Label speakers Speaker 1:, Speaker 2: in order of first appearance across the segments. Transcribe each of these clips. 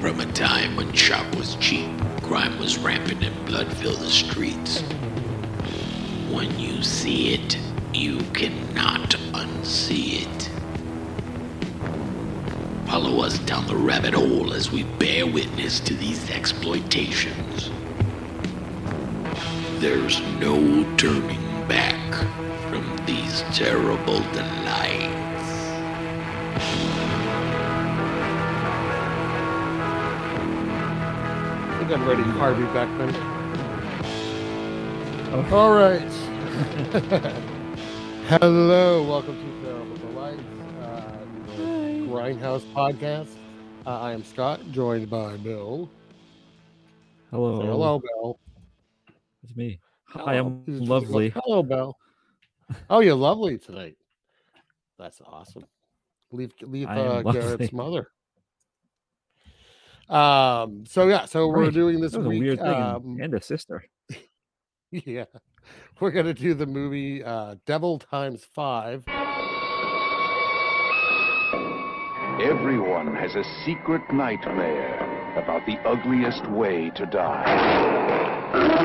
Speaker 1: From a time when shop was cheap, crime was rampant, and blood filled the streets. When you see it, you cannot unsee it. Follow us down the rabbit hole as we bear witness to these exploitations. There's no turning back from these terrible delights.
Speaker 2: I think I'm ready, Harvey Beckman. All right. Hello, welcome to Terrible Delights, uh, the Grindhouse Podcast. Uh, I am Scott, joined by Bill.
Speaker 3: Hello.
Speaker 2: Say hello, Bill.
Speaker 3: It's me. Hi, I'm
Speaker 2: Hello.
Speaker 3: lovely.
Speaker 2: Hello, Bill. Oh, you're lovely tonight. That's awesome. Leave leave
Speaker 3: I am
Speaker 2: uh,
Speaker 3: lovely.
Speaker 2: Garrett's mother. Um. So yeah. So we're
Speaker 3: Right.
Speaker 2: doing this
Speaker 3: That was
Speaker 2: week.
Speaker 3: a weird thing. and-
Speaker 2: um,
Speaker 3: and a sister.
Speaker 2: Yeah. We're going to do the movie uh, Devil Times Five.
Speaker 4: Everyone has a secret nightmare about the ugliest way to die.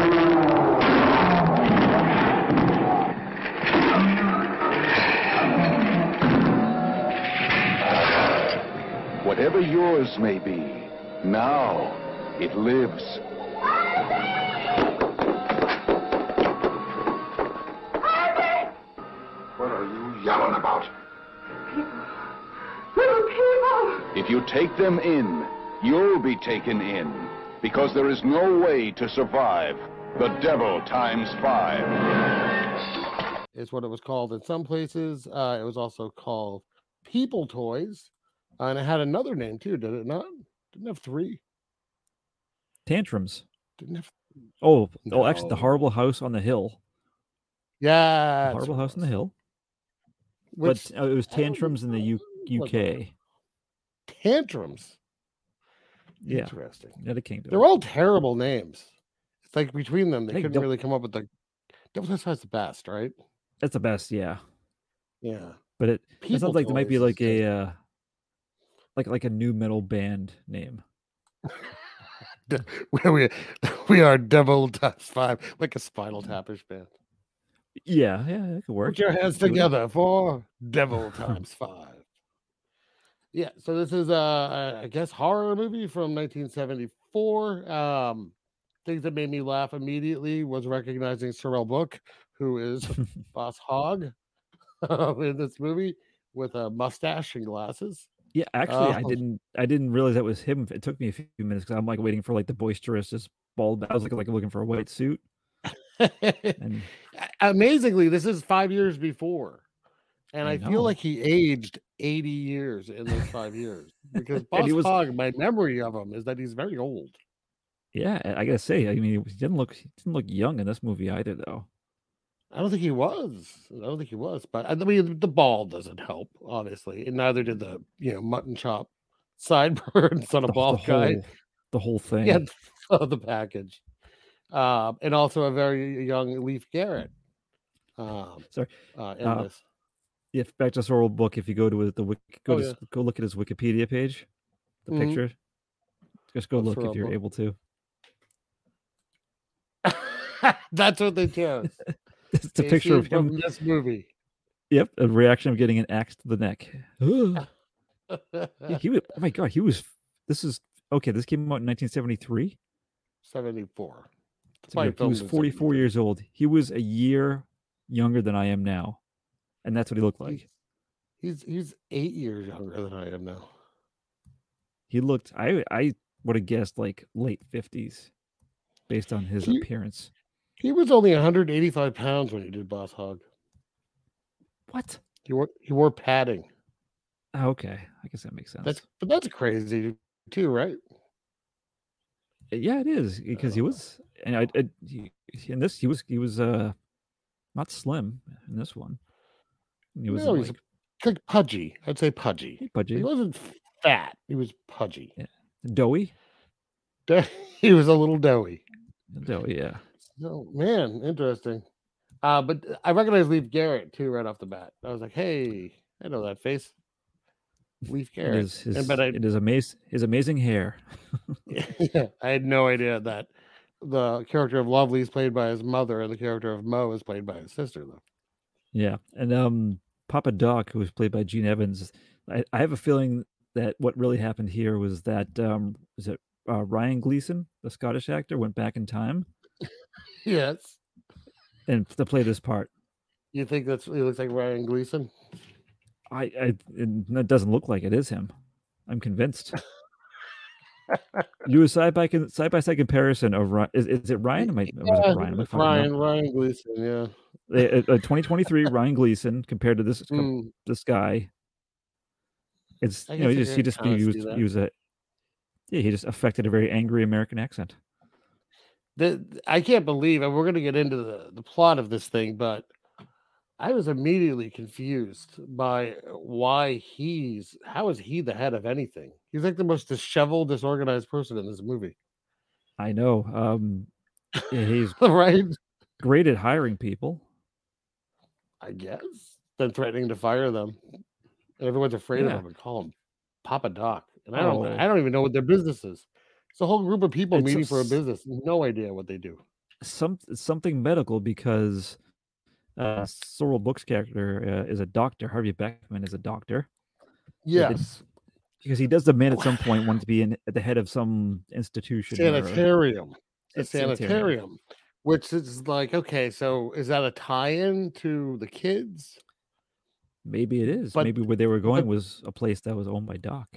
Speaker 4: Whatever yours may be, now it lives. What are you yelling about? If you take them in, you'll be taken in. Because there is no way to survive. The devil times five.
Speaker 2: is what it was called in some places. Uh, it was also called People Toys, uh, and it had another name too, did it not? Didn't have three.
Speaker 3: Tantrums.
Speaker 2: Didn't have.
Speaker 3: Oh, oh, actually, the
Speaker 2: No.
Speaker 3: horrible house on the hill. The
Speaker 2: Yeah,
Speaker 3: horrible house on the hill.
Speaker 2: Which
Speaker 3: but uh, it was
Speaker 2: I don't think
Speaker 3: tantrums in the
Speaker 2: that
Speaker 3: U-
Speaker 2: was one of them.
Speaker 3: UK.
Speaker 2: tantrums.
Speaker 3: Yeah,
Speaker 2: Interesting.
Speaker 3: United Kingdom.
Speaker 2: They're all terrible names. It's like between them,
Speaker 3: I
Speaker 2: they
Speaker 3: think
Speaker 2: couldn't
Speaker 3: Dev-
Speaker 2: really come up with the Devil Test High's the best, right?
Speaker 3: That's the best. Yeah,
Speaker 2: Yeah.
Speaker 3: but it, it sounds like there might be
Speaker 2: Toys
Speaker 3: like
Speaker 2: is
Speaker 3: a uh, like like a new metal band name.
Speaker 2: just- where we we are Devil Times Five, like a Spinal Tapish band.
Speaker 3: Yeah, yeah, it could work.
Speaker 2: Mm. Put your hands
Speaker 3: Do it.
Speaker 2: together for Devil Times Five. Yeah, so this is uh, I- I guess horror movie from 1974. Um, things that made me laugh immediately was recognizing Sorrel Book, who is Boss Hog in this movie with a mustache and glasses.
Speaker 3: Yeah, actually, I
Speaker 2: Oh.
Speaker 3: didn't. I didn't realize that was him. It took me a few minutes because I'm like waiting for like the boisterous, just bald. I was like, like looking for a white suit, and
Speaker 2: A- amazingly, this is five years before. And
Speaker 3: I
Speaker 2: I,
Speaker 3: know.
Speaker 2: feel like he aged 80 years in those five years because
Speaker 3: And
Speaker 2: Boss
Speaker 3: he was-
Speaker 2: Hogg, my memory of him is that he's very old.
Speaker 3: Yeah, I I gotta say, I mean, he didn't look he didn't look young in this movie either, though.
Speaker 2: I don't think he was. I don't think he was. But I mean, the ball doesn't help, obviously. And neither did the, you know, mutton chop sideburns on a
Speaker 3: The,
Speaker 2: bald guy.
Speaker 3: whole the whole thing.
Speaker 2: Yeah, of the package. Um, and also a very young Leaf Garrett. Um,
Speaker 3: Sorry,
Speaker 2: Uh, in
Speaker 3: uh,
Speaker 2: this.
Speaker 3: If back to Sorrel book, if you go to his- the wiki, go
Speaker 2: Oh,
Speaker 3: to, his- go look at his Wikipedia page, the
Speaker 2: Mhm.
Speaker 3: picture. Just go
Speaker 2: Of
Speaker 3: look
Speaker 2: Sorrel
Speaker 3: if you're
Speaker 2: Book.
Speaker 3: able to.
Speaker 2: That's what they chose.
Speaker 3: It's a
Speaker 2: They
Speaker 3: picture
Speaker 2: see
Speaker 3: of him.
Speaker 2: from this movie.
Speaker 3: Yep, a reaction of getting an axe to the neck. Ugh. Yeah, he was. Oh my god, he was. This is okay. This came out in 1973.
Speaker 2: 74. It's
Speaker 3: So yeah,
Speaker 2: probably
Speaker 3: he was
Speaker 2: filmed in
Speaker 3: 44 years old. He was a year younger than I am now, and that's what he looked like.
Speaker 2: 73. He's he's eight years younger than I am now.
Speaker 3: He looked. I I would have guessed like late fifties, based on his
Speaker 2: He-
Speaker 3: appearance.
Speaker 2: He was only 185 pounds when he did Boss Hog.
Speaker 3: What?
Speaker 2: He wore he wore padding.
Speaker 3: Oh, okay, I guess that makes sense.
Speaker 2: That's but that's crazy too, right?
Speaker 3: Uh, yeah, it is because he
Speaker 2: Uh,
Speaker 3: was, and I, I he, in this he was he was uh not slim in this one. And He was
Speaker 2: No,
Speaker 3: no,
Speaker 2: he's
Speaker 3: like
Speaker 2: a- It's like pudgy. I'd say pudgy.
Speaker 3: hey, pudgy,
Speaker 2: He wasn't fat. He was pudgy.
Speaker 3: doughy,
Speaker 2: he was a little doughy.
Speaker 3: doughy. Yeah,
Speaker 2: Oh man, interesting. Uh, but I recognize Leaf Garrett too right off the bat. I was like, hey, I know that face. Leaf
Speaker 3: It
Speaker 2: Garrett.
Speaker 3: is his,
Speaker 2: And- but I-
Speaker 3: it is amazing. His amazing hair.
Speaker 2: yeah, I had no idea that the character of Lovely is played by his mother, and the character of Mo is played by his sister. Though
Speaker 3: Yeah, and um, Papa Doc, who was played by Gene Evans, I, I have a feeling that what really happened here was that um, was it uh, Ryan Gleason, the Scottish actor, went back in time
Speaker 2: yes,
Speaker 3: and to play this part.
Speaker 2: you think that's he looks like Ryan Gleason.
Speaker 3: I, I it, that doesn't look like it is him. I'm convinced. Do a side by side by side comparison of Ryan. Is, is it Ryan? Am I, or was
Speaker 2: Yeah,
Speaker 3: it Ryan? Am I
Speaker 2: it's
Speaker 3: fucking up?
Speaker 2: Ryan, Ryan Gleason. Yeah,
Speaker 3: Uh, uh, 2023 Ryan Gleason compared to this com-
Speaker 2: Mm,
Speaker 3: this guy. It's
Speaker 2: I
Speaker 3: you know
Speaker 2: guess I
Speaker 3: he just he
Speaker 2: can
Speaker 3: just
Speaker 2: kinda
Speaker 3: he
Speaker 2: see
Speaker 3: was
Speaker 2: that.
Speaker 3: he was a yeah he just affected a very angry American accent.
Speaker 2: the, I can't believe, and we're gonna get into the, the plot of this thing, but I was immediately confused by why he's how is he the head of anything? He's like the most disheveled, disorganized person in this movie,
Speaker 3: I know. Um, yeah, he's
Speaker 2: right?
Speaker 3: great at hiring people.
Speaker 2: I guess, then threatening to fire them. And everyone's afraid
Speaker 3: Yeah.
Speaker 2: of him and call him Papa Doc. And I don't
Speaker 3: Oh.
Speaker 2: I don't even know what their business is. It's a whole group of people
Speaker 3: It's a
Speaker 2: meeting for a
Speaker 3: s-
Speaker 2: business, no idea what they do.
Speaker 3: Some something medical because uh, Sorrel Book's character uh, is a doctor. Harvey Beckman is a doctor Yeah, they-
Speaker 2: Yes.
Speaker 3: because he does demand at some point wanting to be in, at the head of some institution. or-
Speaker 2: Sanitarium. A
Speaker 3: It's sanitarium.
Speaker 2: sanitarium. Which is like, okay, so is that a tie-in to the kids?
Speaker 3: Maybe it is.
Speaker 2: But-
Speaker 3: Maybe where they were going was a place that was owned by Doc.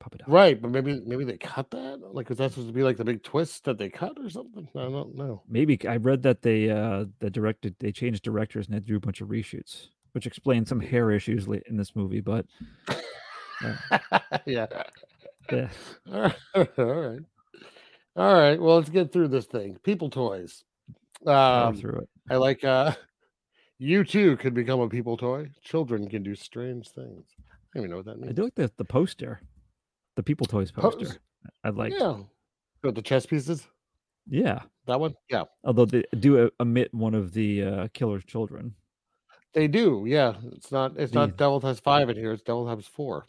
Speaker 3: Papa Doc.
Speaker 2: Right, but maybe maybe they cut that? Like was that supposed to be like the big twist that they cut or something? I don't know.
Speaker 3: Maybe I read that they uh the directed they changed directors and had to do a bunch of reshoots, which explains some hair issues late in this movie. But
Speaker 2: yeah.
Speaker 3: eh,
Speaker 2: All right. All right. All right. Well, let's get through this thing. People toys.
Speaker 3: power
Speaker 2: Um,
Speaker 3: through it.
Speaker 2: I like uh you too could become a people toy. Children can do strange things. I don't even know what that
Speaker 3: I
Speaker 2: means.
Speaker 3: do like the the poster, the People Toys
Speaker 2: Pose.
Speaker 3: poster. I'd like, yeah.
Speaker 2: yeah. Got the chess pieces. That one? Yeah.
Speaker 3: Although they do uh, omit one of the uh, killer's children.
Speaker 2: They do. Yeah. It's not it's
Speaker 3: The-
Speaker 2: not Devil Times 5 in here. It's Devil Times 4.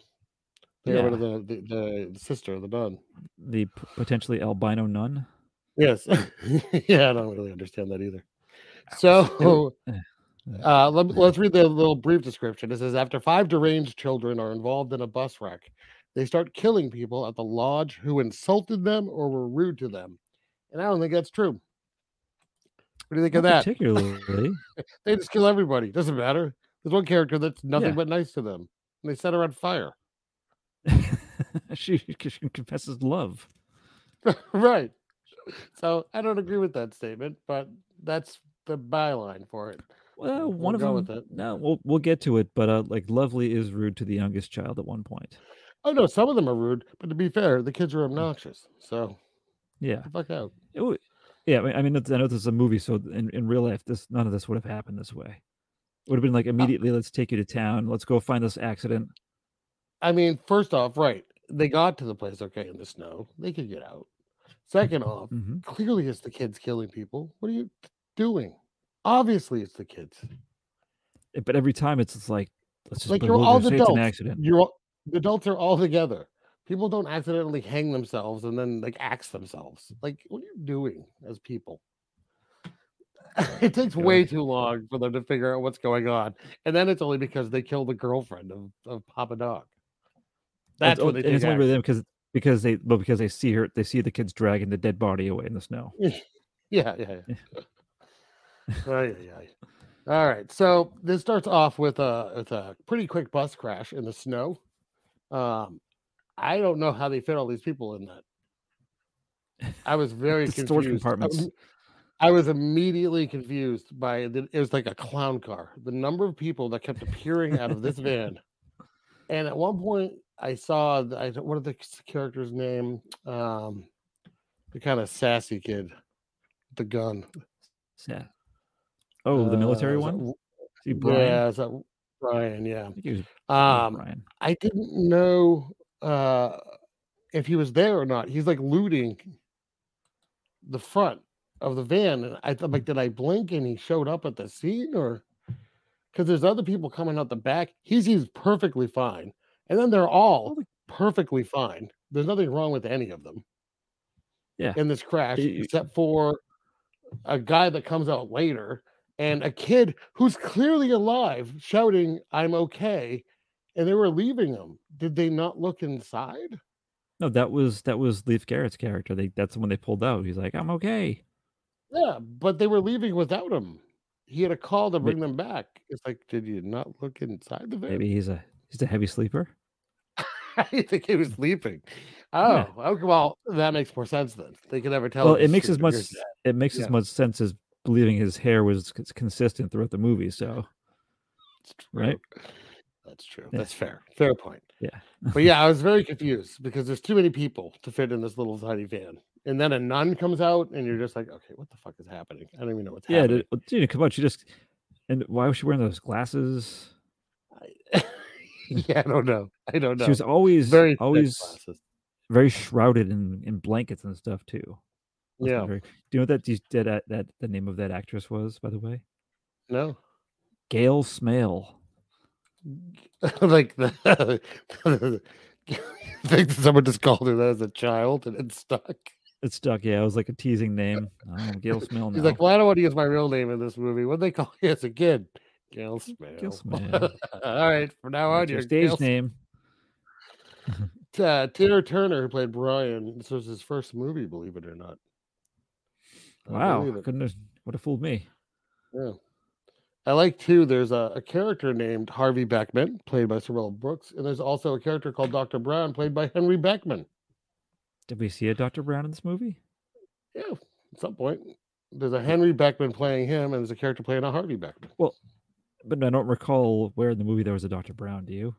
Speaker 2: They got rid of
Speaker 3: Yeah.
Speaker 2: the, the, the sister, the nun.
Speaker 3: The p- potentially albino nun.
Speaker 2: Yes. yeah, I don't really understand that either. So
Speaker 3: eh,
Speaker 2: uh, let, let's read the little brief description. It says After five deranged children are involved in a bus wreck, they start killing people at the lodge who insulted them or were rude to them. And I don't think that's true. What do you think of
Speaker 3: Not
Speaker 2: that?
Speaker 3: Particularly,
Speaker 2: They just kill everybody. Doesn't matter. There's one character that's nothing
Speaker 3: Yeah.
Speaker 2: but nice to them. And they set her on fire.
Speaker 3: she, she confesses love.
Speaker 2: right. So I don't agree with that statement, but that's the byline for it.
Speaker 3: Well,
Speaker 2: We'll
Speaker 3: one
Speaker 2: go
Speaker 3: of
Speaker 2: with
Speaker 3: them.
Speaker 2: it.
Speaker 3: No, we'll we'll get to it. But uh, like, Lovely is rude to the youngest child at one point.
Speaker 2: Oh no, some of them are rude, but to be fair, the kids are obnoxious. So
Speaker 3: Yeah.
Speaker 2: the fuck out.
Speaker 3: It would, yeah, I mean- I mean, it's- I know this is a movie, so in, in real life, this none of this would have happened this way. It would have been
Speaker 2: Uh
Speaker 3: like immediately, let's take you to town, let's go find this accident.
Speaker 2: I mean, first off, right, they got to the place okay in the snow. They could get out. Second off,
Speaker 3: hmm
Speaker 2: clearly it's the kids killing people. What are you doing? Obviously, it's the kids.
Speaker 3: Eh, But every time, it's just like, let's just
Speaker 2: Like,
Speaker 3: put
Speaker 2: you're
Speaker 3: we'll
Speaker 2: all
Speaker 3: just say it's an
Speaker 2: adults.
Speaker 3: accident.
Speaker 2: You're all, the adults are all together. People don't accidentally hang themselves and then like axe themselves. Like, what are you doing as people? it takes
Speaker 3: God.
Speaker 2: way too long for them to figure out what's going on, and then it's only because they kill the girlfriend of, of Papa Dog. That's
Speaker 3: It's-
Speaker 2: what they
Speaker 3: and
Speaker 2: think.
Speaker 3: it's only with them because because they well because they see her, they see the kids dragging the dead body away in the snow.
Speaker 2: Yeah, yeah, yeah. Ay, ay, ay. All right. So this starts off with a with a pretty quick bus crash in the snow. Um, I don't know how they fit all these people in that. I was very
Speaker 3: The
Speaker 2: confused.
Speaker 3: storage
Speaker 2: I
Speaker 3: compartments.
Speaker 2: was- I was immediately confused by the, it was like a clown car. The number of people that kept appearing out of this van. And at one point, I saw the, I, don't- what are the c- character's name? Um, the kind of sassy kid, the gun.
Speaker 3: Yeah. Oh, the
Speaker 2: Uh,
Speaker 3: military
Speaker 2: is that
Speaker 3: one.
Speaker 2: Ru-
Speaker 3: See Brian.
Speaker 2: Yeah, is that Brian? Yeah.
Speaker 3: I think he was, um,
Speaker 2: Um,
Speaker 3: Brian.
Speaker 2: I didn't know uh, if he was there or not. He's like looting the front of the van, and I thought, like, did I blink and he showed up at the scene, or because there's other people coming out the back? He seems perfectly fine, and then they're all perfectly fine. There's nothing wrong with any of them.
Speaker 3: Yeah.
Speaker 2: In this crash,
Speaker 3: You-
Speaker 2: except for a guy that comes out later and a kid who's clearly alive shouting, "I'm okay," and they were leaving him. Did they not look inside?
Speaker 3: No, that was that was Leaf Garrett's character. They that's the one they pulled out. He's like, I'm okay.
Speaker 2: Yeah, but they were leaving without him. He had a call to
Speaker 3: May-
Speaker 2: bring them back. It's like, did you not look inside the van?
Speaker 3: Maybe he's a he's a heavy sleeper.
Speaker 2: I think he was sleeping.
Speaker 3: Yeah.
Speaker 2: Oh, okay. Well, that makes more sense then. They could never tell.
Speaker 3: well,
Speaker 2: him
Speaker 3: it
Speaker 2: he's
Speaker 3: makes as
Speaker 2: sleeping or
Speaker 3: much
Speaker 2: dead.
Speaker 3: it makes
Speaker 2: Yeah.
Speaker 3: as much sense as believing his hair was c- consistent throughout the movie. So
Speaker 2: It's true.
Speaker 3: right?
Speaker 2: That's true.
Speaker 3: Yeah.
Speaker 2: That's fair. Fair point.
Speaker 3: Yeah.
Speaker 2: but yeah, I was very confused because there's too many people to fit in this little tiny van. And then a nun comes out, and you're just like, okay, what the fuck is happening? I don't even know what's
Speaker 3: yeah,
Speaker 2: happening.
Speaker 3: dude, well, dude, come on, she just and why was she wearing those glasses?
Speaker 2: I- yeah, I don't know. I don't know.
Speaker 3: She was always
Speaker 2: very thick
Speaker 3: always
Speaker 2: glasses.
Speaker 3: very shrouded in, in blankets and stuff too. Must've been
Speaker 2: Yeah.
Speaker 3: very- do you know what that, these- that that that the name of that actress was, by the way?
Speaker 2: No.
Speaker 3: Gail Smale.
Speaker 2: like the, I think someone just called her that as a child and it stuck.
Speaker 3: It stuck. Yeah, it was like a teasing name. Oh, Gail Smale.
Speaker 2: He's
Speaker 3: now.
Speaker 2: like, well, I don't want to use my real name in this movie. What they call you as a kid? Gail Smale.
Speaker 3: Gail Smale.
Speaker 2: All right, from now on,
Speaker 3: That's
Speaker 2: your
Speaker 3: your stage name.
Speaker 2: Uh, Tina Turner, who played Brian, this was his first movie, believe it or not. I
Speaker 3: Wow,
Speaker 2: believe it.
Speaker 3: couldn't have would have fooled me.
Speaker 2: Yeah. I like too. There's a, a character named Harvey Beckman, played by Sorrell Brooks, and there's also a character called Dr. Brown, played by Henry Beckman.
Speaker 3: Did we see a Dr. Brown in this movie?
Speaker 2: Yeah, at some point. There's
Speaker 3: Mm-hmm.
Speaker 2: a Henry Beckman playing him, and there's a character playing a Harvey Beckman.
Speaker 3: But I don't recall where in the movie there was a Dr. Brown. Do you?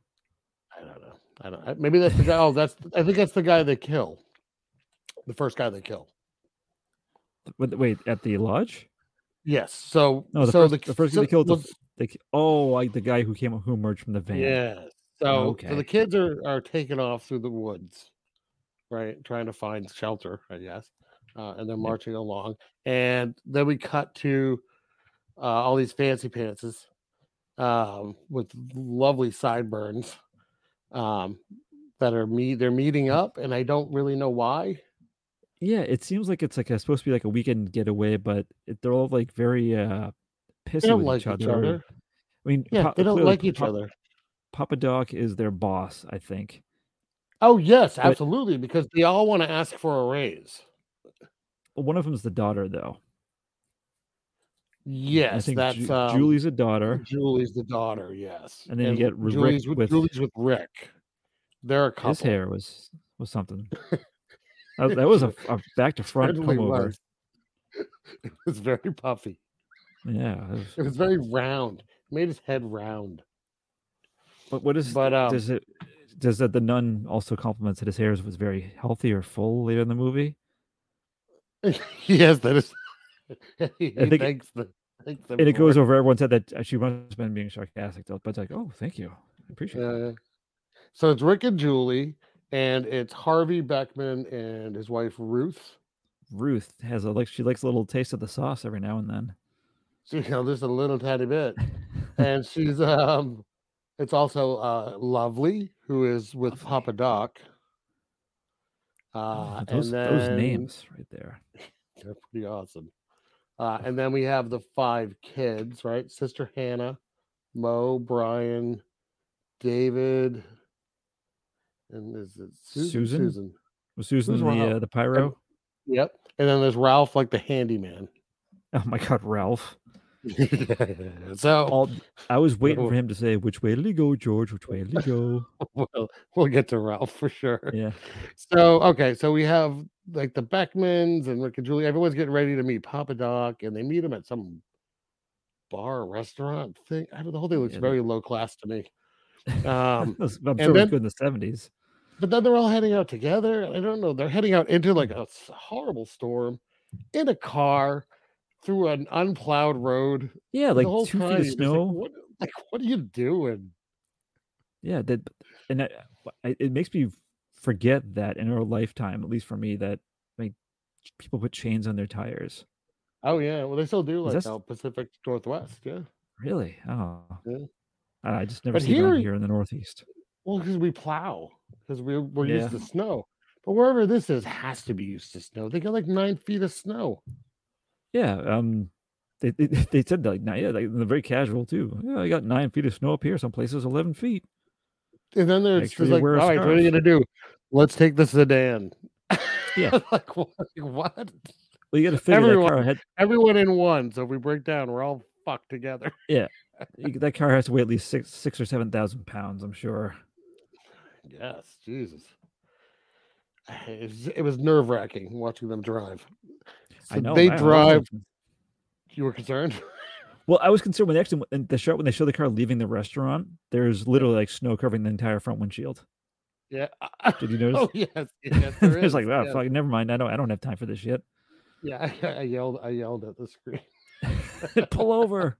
Speaker 2: I don't know. I don't. I- Maybe that's the guy. Oh, that's. I think that's the guy they kill. The first guy they kill.
Speaker 3: Wait, wait at the lodge?
Speaker 2: Yes. So
Speaker 3: No, the
Speaker 2: so
Speaker 3: first, the first guy
Speaker 2: so
Speaker 3: they killed. The,
Speaker 2: was-
Speaker 3: f- they, ki- oh, like the guy who came who emerged from the van.
Speaker 2: Yeah. So, so
Speaker 3: Okay.
Speaker 2: the kids are are taken off through the woods, right? Trying to find shelter, I guess. Uh, and they're marching along, and then we cut to uh, all these fancy pantses um, with lovely sideburns um, that are me. They're meeting
Speaker 3: Mm.
Speaker 2: up, and I don't really know why.
Speaker 3: Yeah, it seems like it's like a, supposed to be like a weekend getaway, but it, they're all like very uh pissy
Speaker 2: They don't
Speaker 3: with
Speaker 2: like
Speaker 3: each other. I mean,
Speaker 2: Yeah,
Speaker 3: Pa-
Speaker 2: they don't
Speaker 3: clearly
Speaker 2: like each
Speaker 3: Pa-
Speaker 2: other.
Speaker 3: Papa Doc is their boss, I think.
Speaker 2: Oh yes,
Speaker 3: But-
Speaker 2: absolutely, because they all want to ask for a raise.
Speaker 3: But one of them's the daughter, though.
Speaker 2: Yes,
Speaker 3: I think
Speaker 2: that's
Speaker 3: Ju-
Speaker 2: um,
Speaker 3: Julie's a daughter.
Speaker 2: Julie's the daughter, yes.
Speaker 3: And then you get Rick
Speaker 2: Julie's with,
Speaker 3: with-
Speaker 2: Julie's with Rick. They're a couple.
Speaker 3: His hair was was something. that, that was a, a back to front
Speaker 2: Certainly
Speaker 3: come over.
Speaker 2: was. It was very puffy.
Speaker 3: Yeah. it was-
Speaker 2: It was very round. made his head round.
Speaker 3: But what is
Speaker 2: But um,
Speaker 3: does it does that the nun also compliments that his hair was very healthy or full later in the movie?
Speaker 2: yes, that is. he
Speaker 3: think it-
Speaker 2: thanks the. thanks them
Speaker 3: And it
Speaker 2: for
Speaker 3: goes over everyone said that uh, she must have been being sarcastic though, but it's like, oh thank you. I appreciate
Speaker 2: Yeah,
Speaker 3: it.
Speaker 2: yeah. Uh, So it's Rick and Julie, and it's Harvey Beckman and his wife Ruth.
Speaker 3: Ruth has a like she likes a little taste of the sauce every now and then.
Speaker 2: So, you know, just a little tiny bit. and she's um it's also uh lovely who is with papa doc uh
Speaker 3: Oh,
Speaker 2: and
Speaker 3: those,
Speaker 2: then,
Speaker 3: those names right there.
Speaker 2: they're pretty awesome uh and then we have the five kids right sister hannah mo brian david and is it susan
Speaker 3: Susan?
Speaker 2: susan
Speaker 3: Was Susan
Speaker 2: Who's
Speaker 3: the
Speaker 2: Ralph?
Speaker 3: uh, the pyro?
Speaker 2: yep and then there's ralph like the handyman
Speaker 3: Oh my god, Ralph.
Speaker 2: so
Speaker 3: All I was waiting
Speaker 2: Oh.
Speaker 3: for him to say, which way did he go, George? Which way did he go?
Speaker 2: we'll, we'll get to ralph for sure
Speaker 3: Yeah.
Speaker 2: So okay, so we have like the Beckmans and Rick and Julie. Everyone's getting ready to meet Papa Doc, and they meet him at some bar, restaurant thing. I don't, the whole thing looks
Speaker 3: Yeah, they-
Speaker 2: very low class to me. Um,
Speaker 3: That's- I'm
Speaker 2: and
Speaker 3: sure
Speaker 2: then-
Speaker 3: it was good in the seventies.
Speaker 2: but then they're all heading out together. and I don't know. They're heading out into like a s- horrible storm in a car through an unplowed road. and
Speaker 3: Yeah, like
Speaker 2: the whole
Speaker 3: two
Speaker 2: time,
Speaker 3: feet
Speaker 2: you're
Speaker 3: of
Speaker 2: just
Speaker 3: snow.
Speaker 2: Like what, like, what are you doing?
Speaker 3: Yeah, that, and I, I, it makes me forget that in our lifetime, at least for me, that like ch- people put chains on their tires.
Speaker 2: Oh yeah, well they still do like
Speaker 3: that's-
Speaker 2: out Pacific Northwest. Yeah.
Speaker 3: Really? Oh,
Speaker 2: Yeah.
Speaker 3: I just never
Speaker 2: But
Speaker 3: see them
Speaker 2: here-
Speaker 3: here in the Northeast.
Speaker 2: Well, because we plow, because we're, we're used
Speaker 3: Yeah.
Speaker 2: to snow. But wherever this is has to be used to snow. They got like nine feet of snow.
Speaker 3: Yeah. Um, they they, they said like nine, yeah, like they're very casual too. Yeah, I got nine feet of snow up here. Some places eleven feet.
Speaker 2: And then
Speaker 3: Make
Speaker 2: there's
Speaker 3: sure
Speaker 2: just
Speaker 3: you
Speaker 2: like, all
Speaker 3: wear a
Speaker 2: right, so what are you going to do? Let's take the sedan.
Speaker 3: Yeah.
Speaker 2: like, what? like, what?
Speaker 3: Well, you got to figure
Speaker 2: Everyone-
Speaker 3: that car had
Speaker 2: Everyone in one. So if we break down, we're all fucked together.
Speaker 3: you- that car has to weigh at least six six or seven thousand pounds. I'm sure.
Speaker 2: Yes, Jesus. It was, it was nerve wracking watching them drive. So
Speaker 3: I know
Speaker 2: they
Speaker 3: man, I was
Speaker 2: drive.
Speaker 3: concerned.
Speaker 2: You were concerned.
Speaker 3: Well, I was concerned when they actually in the shot when they show the car leaving the restaurant. There's literally like snow covering the entire front windshield.
Speaker 2: Yeah.
Speaker 3: Did you notice?
Speaker 2: Oh yes. yes there
Speaker 3: it's like,
Speaker 2: is,
Speaker 3: oh,
Speaker 2: yes.
Speaker 3: fuck, never mind. I don't. I don't have time for this yet.
Speaker 2: Yeah, I, I yelled. I yelled at the screen.
Speaker 3: Pull over.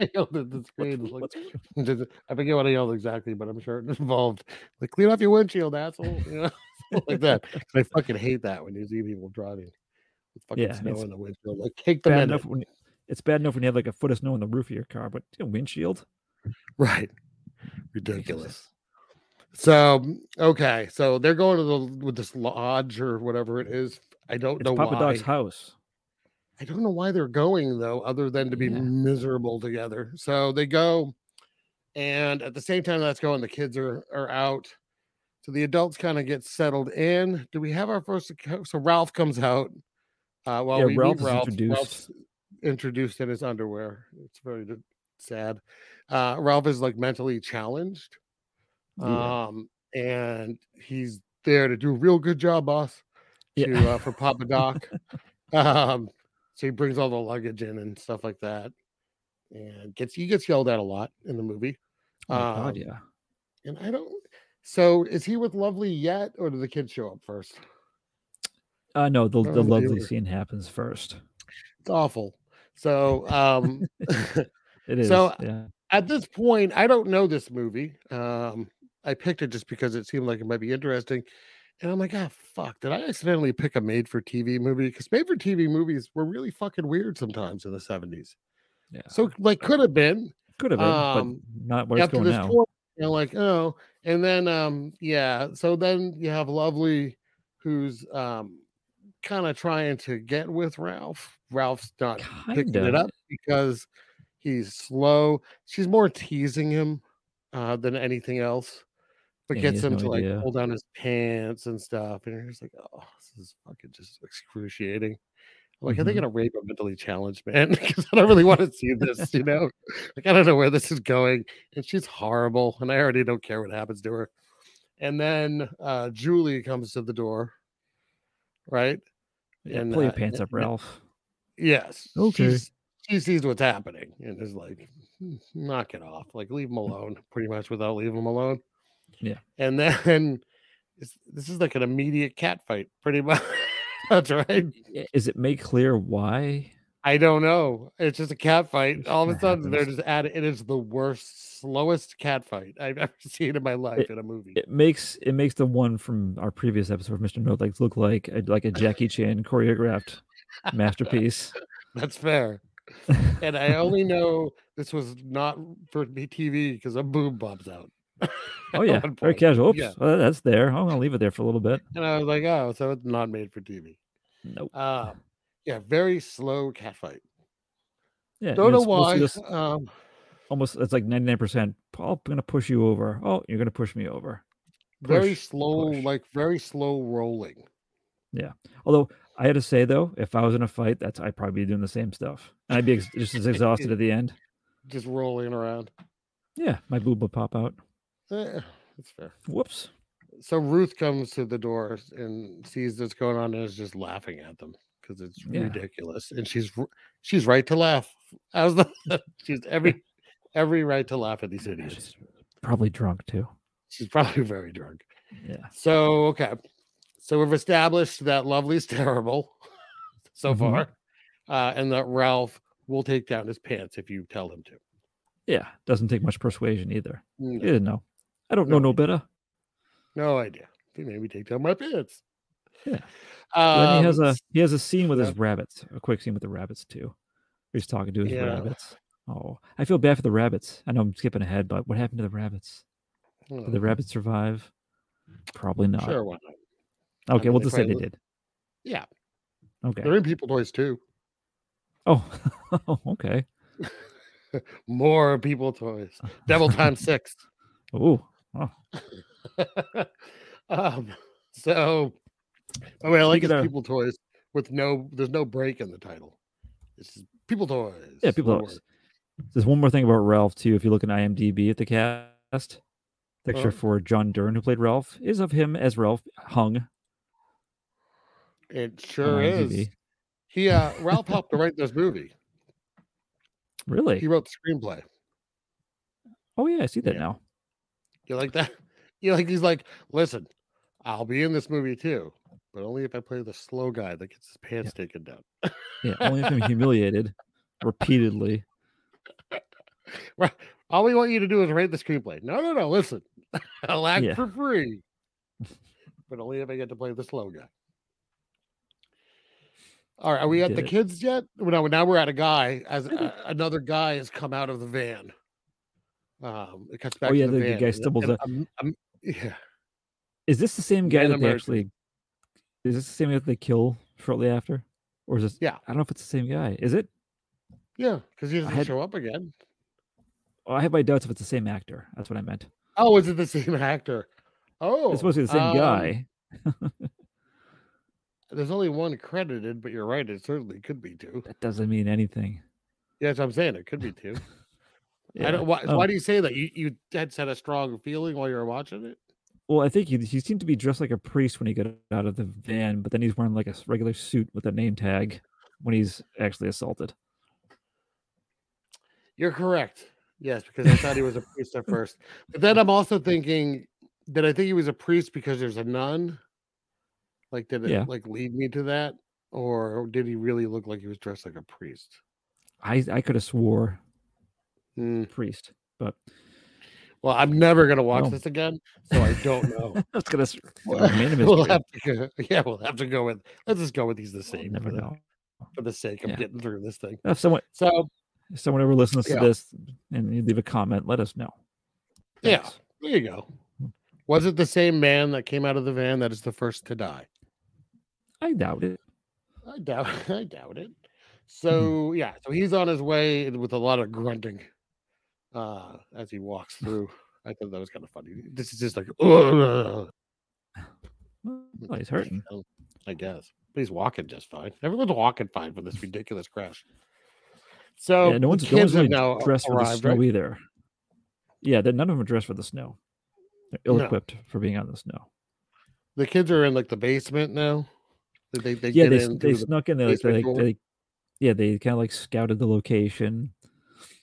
Speaker 2: I yelled at the screen.
Speaker 3: What's-
Speaker 2: like,
Speaker 3: what's-
Speaker 2: Did- I forget what I yelled exactly, but I'm sure it involved like clean off your windshield, asshole. You know, something like that. 'Cause I fucking hate that when you see people driving with fucking
Speaker 3: Yeah,
Speaker 2: snow
Speaker 3: it's
Speaker 2: in the windshield. Like take the
Speaker 3: bad
Speaker 2: minute.
Speaker 3: enough when it's bad enough when you have like a foot of snow on the roof of your car, but you know, windshield.
Speaker 2: Right. Ridiculous. So okay, so they're going to the with this lodge or whatever it is. I don't
Speaker 3: It's
Speaker 2: know
Speaker 3: Papa
Speaker 2: why.
Speaker 3: Doc's house.
Speaker 2: I don't know why they're going though, other than to be
Speaker 3: Yeah.
Speaker 2: miserable together. So they go, and at the same time that's going, the kids are are out. So the adults kind of get settled in. Do we have our first? acco- So Ralph comes out. Uh, well,
Speaker 3: Yeah,
Speaker 2: we
Speaker 3: Ralph
Speaker 2: meet
Speaker 3: is
Speaker 2: Ralph.
Speaker 3: introduced.
Speaker 2: Ralph's introduced in his underwear. It's very d- sad. Uh, Ralph is like mentally challenged,
Speaker 3: Yeah.
Speaker 2: um, and he's there to do a real good job, boss
Speaker 3: Yeah.
Speaker 2: to uh, for Papa Doc. um, so he brings all the luggage in and stuff like that, and gets he gets yelled at a lot in the movie.
Speaker 3: Oh my
Speaker 2: um,
Speaker 3: God, yeah.
Speaker 2: And I don't. So is he with Lovely yet, or do the kids show up first?
Speaker 3: Uh, no, the, the
Speaker 2: don't know if you
Speaker 3: lovely
Speaker 2: oh, were-
Speaker 3: scene happens first.
Speaker 2: It's awful. So um,
Speaker 3: It is.
Speaker 2: So,
Speaker 3: yeah.
Speaker 2: at this point, I don't know this movie. Um, I picked it just because it seemed like it might be interesting. And I'm like, ah, fuck, did I accidentally pick a made for TV movie? Because made for TV movies were really fucking weird sometimes in the 70s.
Speaker 3: yeah.
Speaker 2: So like could have been
Speaker 3: could have been,
Speaker 2: um,
Speaker 3: but not what's
Speaker 2: up to
Speaker 3: going
Speaker 2: this
Speaker 3: now.
Speaker 2: point. You know, like oh, and then um yeah. So then you have Lovely, who's um kind of trying to get with Ralph. Ralph's not picking it
Speaker 3: Kinda.
Speaker 2: up because he's slow. She's more teasing him uh, than anything else, but
Speaker 3: Yeah, he
Speaker 2: gets
Speaker 3: has
Speaker 2: him
Speaker 3: no
Speaker 2: to
Speaker 3: idea.
Speaker 2: like pull down his pants and stuff. And you're just like, oh, this is fucking just excruciating. Like, are they
Speaker 3: Mhm.
Speaker 2: gonna rape a mentally challenged man? Because I don't really want to see this, you know. Like, I don't know where this is going, and she's horrible, and I already don't care what happens to her. And then uh, Julie comes to the door, right?
Speaker 3: Yeah,
Speaker 2: and,
Speaker 3: pull your
Speaker 2: uh,
Speaker 3: pants
Speaker 2: n-
Speaker 3: up,
Speaker 2: n-
Speaker 3: Ralph.
Speaker 2: Yes.
Speaker 3: Okay.
Speaker 2: she's- She sees what's happening and is like, "Mm, knock it off. Like, leave him alone, pretty much without leaving him alone.
Speaker 3: Mm. Yeah.
Speaker 2: And then it's, this is like an immediate cat fight, pretty much. That's right.
Speaker 3: I- Is it made clear why?
Speaker 2: I don't know. It's just a cat fight.
Speaker 3: It
Speaker 2: All of a
Speaker 3: kinda
Speaker 2: sudden, they're
Speaker 3: happens.
Speaker 2: just at it. It is the worst, slowest cat fight I've ever seen in my life in a movie.
Speaker 3: It makes it makes the one from our previous episode of Mr. No Legs look like a, like a Jackie Chan choreographed masterpiece.
Speaker 2: That's fair. And I only know this was not for TV because a boob bobs out.
Speaker 3: Oh
Speaker 2: At
Speaker 3: yeah,
Speaker 2: one
Speaker 3: very
Speaker 2: point.
Speaker 3: casual. Oops,
Speaker 2: Yeah.
Speaker 3: oh, that's there. I'm gonna leave it there for a little bit.
Speaker 2: And I was like, oh, so it's not made for TV.
Speaker 3: Nope.
Speaker 2: Um, yeah, very slow cat fight.
Speaker 3: Yeah, and
Speaker 2: Don't know
Speaker 3: it's mostly
Speaker 2: why.
Speaker 3: just
Speaker 2: Um,
Speaker 3: Almost, it's like 99. percent I'm gonna push you over. Oh, you're gonna push me over.
Speaker 2: very
Speaker 3: push,
Speaker 2: slow,
Speaker 3: push.
Speaker 2: like very slow rolling.
Speaker 3: Although I had to say though, if I was in a fight, that's I'd probably be doing the same stuff, and I'd be ex- just as exhausted at the end.
Speaker 2: Just rolling around.
Speaker 3: Yeah, my boob would pop out.
Speaker 2: Eh, that's fair.
Speaker 3: Whoops.
Speaker 2: So Ruth comes to the door and sees what's going on and is just laughing at them because it's
Speaker 3: Yeah.
Speaker 2: ridiculous. And she's r- she's right to laugh. I was like, she's every every right to laugh at these idiots.
Speaker 3: She's probably drunk too.
Speaker 2: She's probably very drunk.
Speaker 3: Yeah.
Speaker 2: So okay, so we've established that Lovely's terrible so
Speaker 3: Mhm.
Speaker 2: far, uh, and that Ralph will take down his pants if you tell him to.
Speaker 3: Yeah. Doesn't take much persuasion either.
Speaker 2: No,
Speaker 3: He didn't know. I don't know
Speaker 2: No.
Speaker 3: no better.
Speaker 2: no idea. He made me take down my pants.
Speaker 3: Yeah.
Speaker 2: Um,
Speaker 3: then he has a he has a scene with
Speaker 2: yeah.
Speaker 3: his rabbits. A quick scene with the rabbits too. He's talking to his
Speaker 2: Yeah.
Speaker 3: rabbits. Oh, I feel bad for the rabbits. I know I'm skipping ahead, but what happened to the rabbits? Did the rabbit survive? Probably not.
Speaker 2: hmm. Mm-hmm. Sure, why not?
Speaker 3: Okay,
Speaker 2: mean,
Speaker 3: we'll
Speaker 2: they
Speaker 3: just say they
Speaker 2: probably
Speaker 3: did.
Speaker 2: Yeah.
Speaker 3: Okay.
Speaker 2: They're in people toys too.
Speaker 3: Oh, okay.
Speaker 2: More people toys. Devil Time Six.
Speaker 3: Oh,
Speaker 2: um, so, I mean, I like
Speaker 3: Speaking
Speaker 2: it's
Speaker 3: of-
Speaker 2: people toys with no. There's no break in the title. It's just people toys.
Speaker 3: yeah, people
Speaker 2: one
Speaker 3: always.
Speaker 2: word.
Speaker 3: There's one more thing about Ralph too. If you look in IMDb at the cast, picture
Speaker 2: Uh-huh.
Speaker 3: for John Dern who played Ralph is of him as Ralph hung.
Speaker 2: It
Speaker 3: on
Speaker 2: sure is.
Speaker 3: IMDb.
Speaker 2: He uh, Ralph helped to write this movie.
Speaker 3: Really?
Speaker 2: He wrote the screenplay.
Speaker 3: oh yeah, I see that
Speaker 2: Yeah.
Speaker 3: now.
Speaker 2: You like that? You like? He's like, listen, I'll be in this movie too, but only if I play the slow guy that gets his pants taken down.
Speaker 3: Yeah, only if I'm humiliated repeatedly.
Speaker 2: Right. All we want you to do is write the screenplay. No, no, no. Listen, I'll act
Speaker 3: Yeah.
Speaker 2: for free, but only if I get to play the slow guy. All right. Are we at
Speaker 3: Get
Speaker 2: the
Speaker 3: it.
Speaker 2: kids yet? Well, no, now we're at a guy as
Speaker 3: think-
Speaker 2: uh, another guy has come out of the van. Um, it cuts back.
Speaker 3: Oh, yeah,
Speaker 2: to the,
Speaker 3: the- the
Speaker 2: van,
Speaker 3: guy
Speaker 2: and-
Speaker 3: stumbles
Speaker 2: and
Speaker 3: up.
Speaker 2: I'm- I'm- yeah.
Speaker 3: Is this the same guy
Speaker 2: Man
Speaker 3: that they
Speaker 2: emergency.
Speaker 3: actually? Is this the same guy that they kill shortly after, or is this?
Speaker 2: Yeah.
Speaker 3: I don't know if it's the same guy. Is it?
Speaker 2: Yeah. Because he doesn't
Speaker 3: had-
Speaker 2: show up again.
Speaker 3: Oh, I have my doubts if it's the same actor. That's what I meant.
Speaker 2: Oh, is it the same actor? Oh,
Speaker 3: it's supposed to be the same
Speaker 2: um,
Speaker 3: guy.
Speaker 2: There's only one credited, but you're right. It certainly could be two.
Speaker 3: That doesn't mean anything.
Speaker 2: Yeah, that's what I'm saying. It could be two. I
Speaker 3: Yeah.
Speaker 2: don't. Why,
Speaker 3: Oh,
Speaker 2: why do you say that? You you had said a strong feeling while you were watching it.
Speaker 3: well, I think he, he seemed to be dressed like a priest when he got out of the van, but then he's wearing like a s- regular suit with a name tag when he's actually assaulted.
Speaker 2: You're correct. Yes, because I thought he was a priest at first, but then I'm also thinking that I think he was a priest because there's a nun. Like, did it
Speaker 3: Yeah.
Speaker 2: like lead me to that, or did he really look like he was dressed like a priest?
Speaker 3: I I could have swore
Speaker 2: Hmm.
Speaker 3: priest, but
Speaker 2: Well, I'm never gonna watch
Speaker 3: No.
Speaker 2: this again, so I don't know.
Speaker 3: I was gonna. s-
Speaker 2: Well,
Speaker 3: gonna remain a
Speaker 2: we'll
Speaker 3: mystery.
Speaker 2: have to go, yeah, we'll have to go with let's just go with he's the
Speaker 3: You
Speaker 2: same
Speaker 3: never
Speaker 2: for the,
Speaker 3: know.
Speaker 2: for the sake of
Speaker 3: Yeah.
Speaker 2: getting through this thing.
Speaker 3: If someone
Speaker 2: So
Speaker 3: if someone ever listens
Speaker 2: Yeah.
Speaker 3: to this and you leave a comment, let us know.
Speaker 2: Yeah.
Speaker 3: Thanks.
Speaker 2: there you go. Was it the same man that came out of the van that is the first to die?
Speaker 3: I doubt it.
Speaker 2: I doubt I doubt it. So
Speaker 3: Mm-hmm.
Speaker 2: yeah, so he's on his way with a lot of grunting uh as he walks through. I thought that was kind of funny. This is just like "Ugh,"
Speaker 3: Well, he's hurting.
Speaker 2: I guess. But he's walking just fine. Everyone's walking fine from this ridiculous crash. So
Speaker 3: yeah, no one's,
Speaker 2: Oh, the
Speaker 3: no
Speaker 2: kids
Speaker 3: one's
Speaker 2: have
Speaker 3: really
Speaker 2: now
Speaker 3: dressed for the
Speaker 2: arrived,
Speaker 3: snow
Speaker 2: right?
Speaker 3: either. Yeah, they're, none of them are dressed for the snow. They're
Speaker 2: No.
Speaker 3: ill equipped for being on the snow.
Speaker 2: The kids are in like the basement now. They they, they
Speaker 3: yeah,
Speaker 2: get
Speaker 3: they,
Speaker 2: in
Speaker 3: s- they
Speaker 2: through the-
Speaker 3: snuck in there. Like, they,
Speaker 2: basement
Speaker 3: like,
Speaker 2: door.
Speaker 3: they, yeah, they kind of like scouted the location.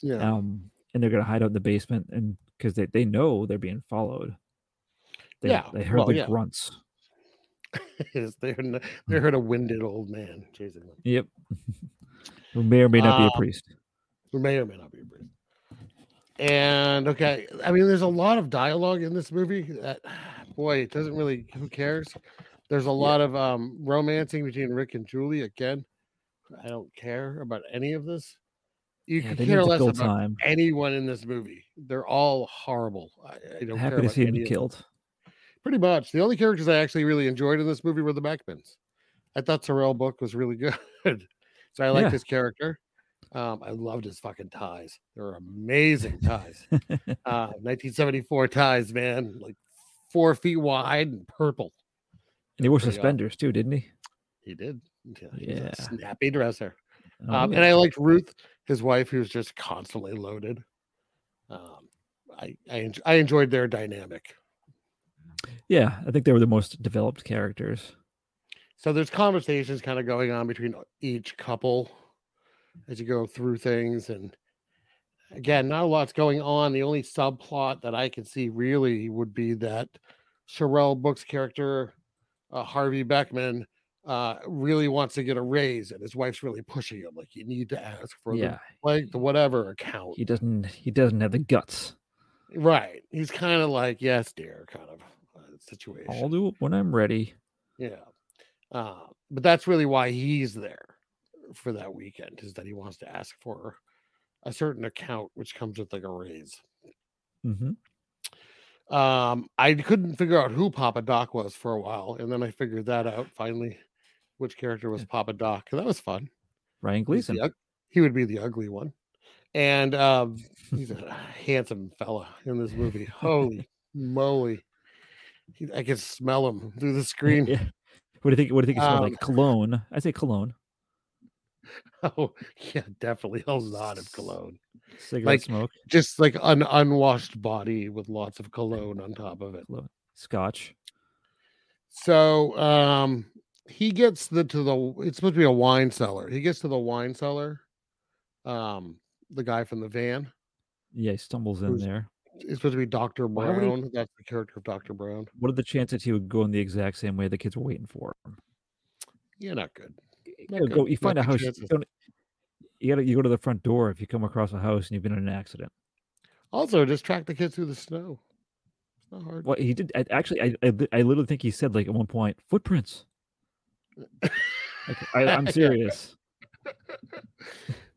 Speaker 2: yeah.
Speaker 3: Um, and they're gonna hide out in the basement, and because they, they know they're being followed. They,
Speaker 2: Yeah,
Speaker 3: they heard
Speaker 2: well,
Speaker 3: the
Speaker 2: yeah.
Speaker 3: grunts.
Speaker 2: is they're n- they
Speaker 3: Mm-hmm.
Speaker 2: heard a winded old man chasing them,
Speaker 3: Yep, who may or may not be
Speaker 2: Um,
Speaker 3: a priest.
Speaker 2: who may or may not be a priest. And okay, I mean, there's a lot of dialogue in this movie. That, boy, it doesn't really. Who cares? There's a lot of um romancing between Rick and Julie. Again, I don't care about any of this. You
Speaker 3: Yeah,
Speaker 2: could
Speaker 3: they need
Speaker 2: care
Speaker 3: to
Speaker 2: less
Speaker 3: fill
Speaker 2: about
Speaker 3: time.
Speaker 2: anyone in this movie. They're all horrible. I, I don't care
Speaker 3: Happy to
Speaker 2: about
Speaker 3: see
Speaker 2: any
Speaker 3: him
Speaker 2: of
Speaker 3: killed.
Speaker 2: Pretty much. The only characters I actually really enjoyed in this movie were the Beckmans. I thought Sorrel Book was really good. so I liked
Speaker 3: Yeah.
Speaker 2: his character. Um, I loved his fucking ties. They were amazing ties. uh, 1974 ties, man. Like four feet wide and purple.
Speaker 3: And he wore
Speaker 2: pretty awesome.
Speaker 3: suspenders too, didn't he?
Speaker 2: He did. Yeah. he was a
Speaker 3: Yeah.
Speaker 2: snappy dresser.
Speaker 3: Oh,
Speaker 2: Um,
Speaker 3: yeah.
Speaker 2: and I liked Ruth, his wife, who was just constantly loaded. Um, I, I, en- I enjoyed their dynamic.
Speaker 3: Yeah, I think they were the most developed characters.
Speaker 2: so there's conversations kind of going on between each couple as you go through things and again not a lot's going on the only subplot that i can see really would be that Sherelle Book's character, uh, Harvey Beckman, uh, really wants to get a raise, and his wife's really pushing him. Like, you need to ask for
Speaker 3: yeah,
Speaker 2: the like the whatever account.
Speaker 3: he doesn't. He doesn't have the guts.
Speaker 2: right. He's kind of like, yes, dear, kind of uh, situation.
Speaker 3: I'll do it when I'm ready.
Speaker 2: Yeah. Uh, but that's really why he's there for that weekend is that he wants to ask for
Speaker 3: Mm-hmm.
Speaker 2: a certain account, which comes with like a raise.
Speaker 3: hmm
Speaker 2: Um, I couldn't figure out who Papa Doc was for a while, and then I figured that out finally. Which character was Papa Doc? And that was fun.
Speaker 3: Ryan
Speaker 2: He's the
Speaker 3: Gleason.
Speaker 2: ug- he would be the ugly one. And um, he's a handsome fella in this movie. Holy moly. He- I can smell him through the screen.
Speaker 3: Yeah. What do you think? What do you think it smells
Speaker 2: Um,
Speaker 3: like? Cologne. I say cologne.
Speaker 2: Oh, yeah, definitely. A lot of cologne.
Speaker 3: Cigarette
Speaker 2: Like-
Speaker 3: smoke.
Speaker 2: Just like an unwashed body with lots of cologne on top of it.
Speaker 3: Scotch.
Speaker 2: So um he gets the to the it's supposed to be a wine cellar. He gets to the wine cellar. Um the guy from the van.
Speaker 3: Yeah, he stumbles in
Speaker 2: Who's-
Speaker 3: there.
Speaker 2: It's supposed to be Dr.
Speaker 3: Why would he-
Speaker 2: Brown. That's the character of Dr. Brown.
Speaker 3: What are the chances he would go in the exact same way the kids were waiting for him?
Speaker 2: Yeah, not good.
Speaker 3: You,
Speaker 2: good.
Speaker 3: go, you find
Speaker 2: Not
Speaker 3: a
Speaker 2: good
Speaker 3: house. You,
Speaker 2: chances.
Speaker 3: don't- you gotta you go to the front door if you come across a house and you've been in an accident.
Speaker 2: Also, just track the kids through the snow. It's not hard.
Speaker 3: Well, he did. I, actually, I, I li- I literally think he said like at one point footprints. Like, I, I'm
Speaker 2: Yeah.
Speaker 3: serious.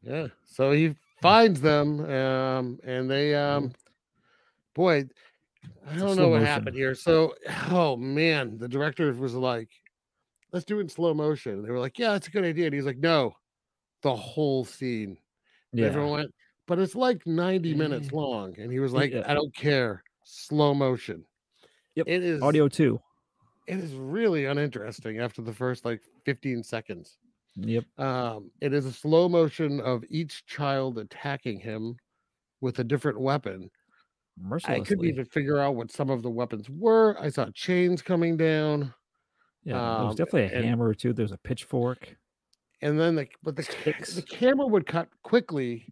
Speaker 2: Yeah. So he finds them, um, and they, um, boy, I
Speaker 3: Mm-hmm. It's a
Speaker 2: don't know
Speaker 3: slow
Speaker 2: what
Speaker 3: motion.
Speaker 2: happened here. So, oh man, the director was like, "Let's do it in slow motion." And they were like, "Yeah, that's a good idea." And he's like, "No, the whole scene." And
Speaker 3: Yeah.
Speaker 2: Everyone went, but it's like ninety minutes long, and he was like,
Speaker 3: Yeah.
Speaker 2: "I don't care, slow motion."
Speaker 3: Yep,
Speaker 2: It is
Speaker 3: Audio too.
Speaker 2: It is really uninteresting after the first like fifteen seconds.
Speaker 3: Yep.
Speaker 2: Um, it is a slow motion of each child attacking him with a different weapon. I
Speaker 3: Mercilessly.
Speaker 2: couldn't even figure out what some of the weapons were. I saw chains coming down,
Speaker 3: yeah. There's
Speaker 2: um,
Speaker 3: definitely a
Speaker 2: and-
Speaker 3: hammer too. There's a pitchfork.
Speaker 2: and then the but the, ca-
Speaker 3: Sticks.
Speaker 2: the camera would cut quickly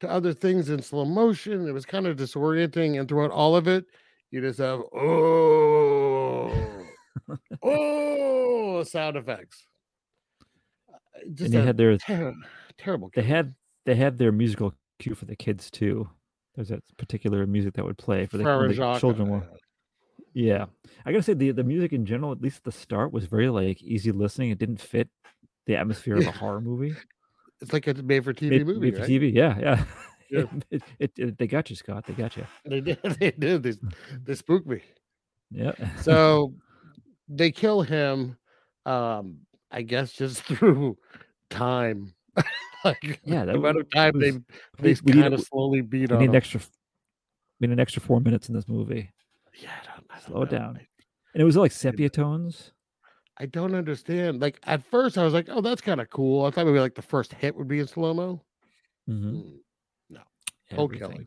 Speaker 2: to other things in slow motion. It was kind of disorienting, and throughout all of it, you just have oh oh sound effects. Uh, Just
Speaker 3: and you
Speaker 2: a
Speaker 3: had their
Speaker 2: ter- terrible.
Speaker 3: they
Speaker 2: camera.
Speaker 3: had they had their musical cue for the kids too. There's that particular music that would play for the, when the
Speaker 2: Frere-Jacques,
Speaker 3: children.
Speaker 2: uh,
Speaker 3: Were, yeah, I gotta say the the music in general, at least at the start, was very like easy listening. It didn't fit the atmosphere of
Speaker 2: Yeah.
Speaker 3: a horror movie.
Speaker 2: It's like a made for TV
Speaker 3: Made-
Speaker 2: movie,
Speaker 3: made for
Speaker 2: right?
Speaker 3: TV. Yeah,
Speaker 2: Yeah.
Speaker 3: yeah. It, it, it- they got you, Scott. They got you.
Speaker 2: They did. They did. They, they spooked me.
Speaker 3: Yeah.
Speaker 2: So they kill him. Um, I guess just through time. like
Speaker 3: yeah,
Speaker 2: the
Speaker 3: that
Speaker 2: amount
Speaker 3: was,
Speaker 2: of time they
Speaker 3: was-
Speaker 2: they
Speaker 3: we need
Speaker 2: kind of
Speaker 3: a-
Speaker 2: slowly beat
Speaker 3: we
Speaker 2: on.
Speaker 3: need an
Speaker 2: him.
Speaker 3: extra. We need an extra four minutes in this movie,
Speaker 2: yeah, I don't, I don't
Speaker 3: slow it
Speaker 2: know.
Speaker 3: down.
Speaker 2: I-
Speaker 3: and it was like sepia tones.
Speaker 2: I don't understand. Like at first, I was like, "Oh, that's kind of cool." I thought maybe like the first hit would be in slow mo,
Speaker 3: Mm-hmm.
Speaker 2: Mm, Whole killing.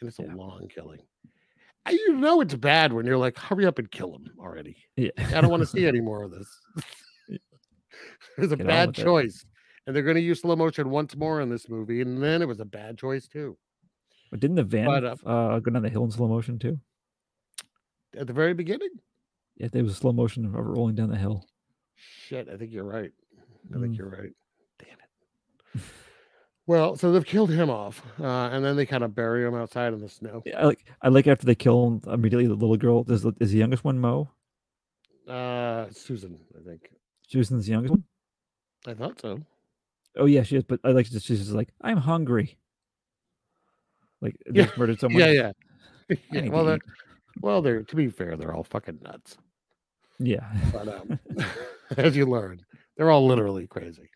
Speaker 2: and it's a long killing. I, you know it's bad when you're like, "Hurry up and kill him already."
Speaker 3: Yeah.
Speaker 2: I don't want to see any more of this. it was a
Speaker 3: Get on
Speaker 2: bad
Speaker 3: with it.
Speaker 2: choice. And they're going to use slow motion once more in this movie. And then it was a bad choice, too.
Speaker 3: But didn't the van
Speaker 2: But, uh,
Speaker 3: f- uh, go down the hill in slow motion too?
Speaker 2: At the very beginning?
Speaker 3: Yeah, there was slow motion of it rolling down the hill.
Speaker 2: Shit, I think you're right. I think
Speaker 3: Mm.
Speaker 2: you're right. Damn it. well, so they've killed him off. Uh, and then they kind of bury him outside in the snow.
Speaker 3: Yeah, I like I like after they kill him immediately. The little girl is the, is the youngest one. Mo
Speaker 2: Uh, Susan, I think.
Speaker 3: Susan's the youngest one.
Speaker 2: I thought so.
Speaker 3: Oh yeah, she is. But I like that she's just like I'm hungry. Like they
Speaker 2: Yeah,
Speaker 3: just murdered someone.
Speaker 2: yeah, yeah.
Speaker 3: I
Speaker 2: yeah
Speaker 3: need
Speaker 2: well,
Speaker 3: to
Speaker 2: they're, well, they're, to be fair, they're all fucking nuts.
Speaker 3: eat. yeah.
Speaker 2: but um, as you learn, they're all literally crazy.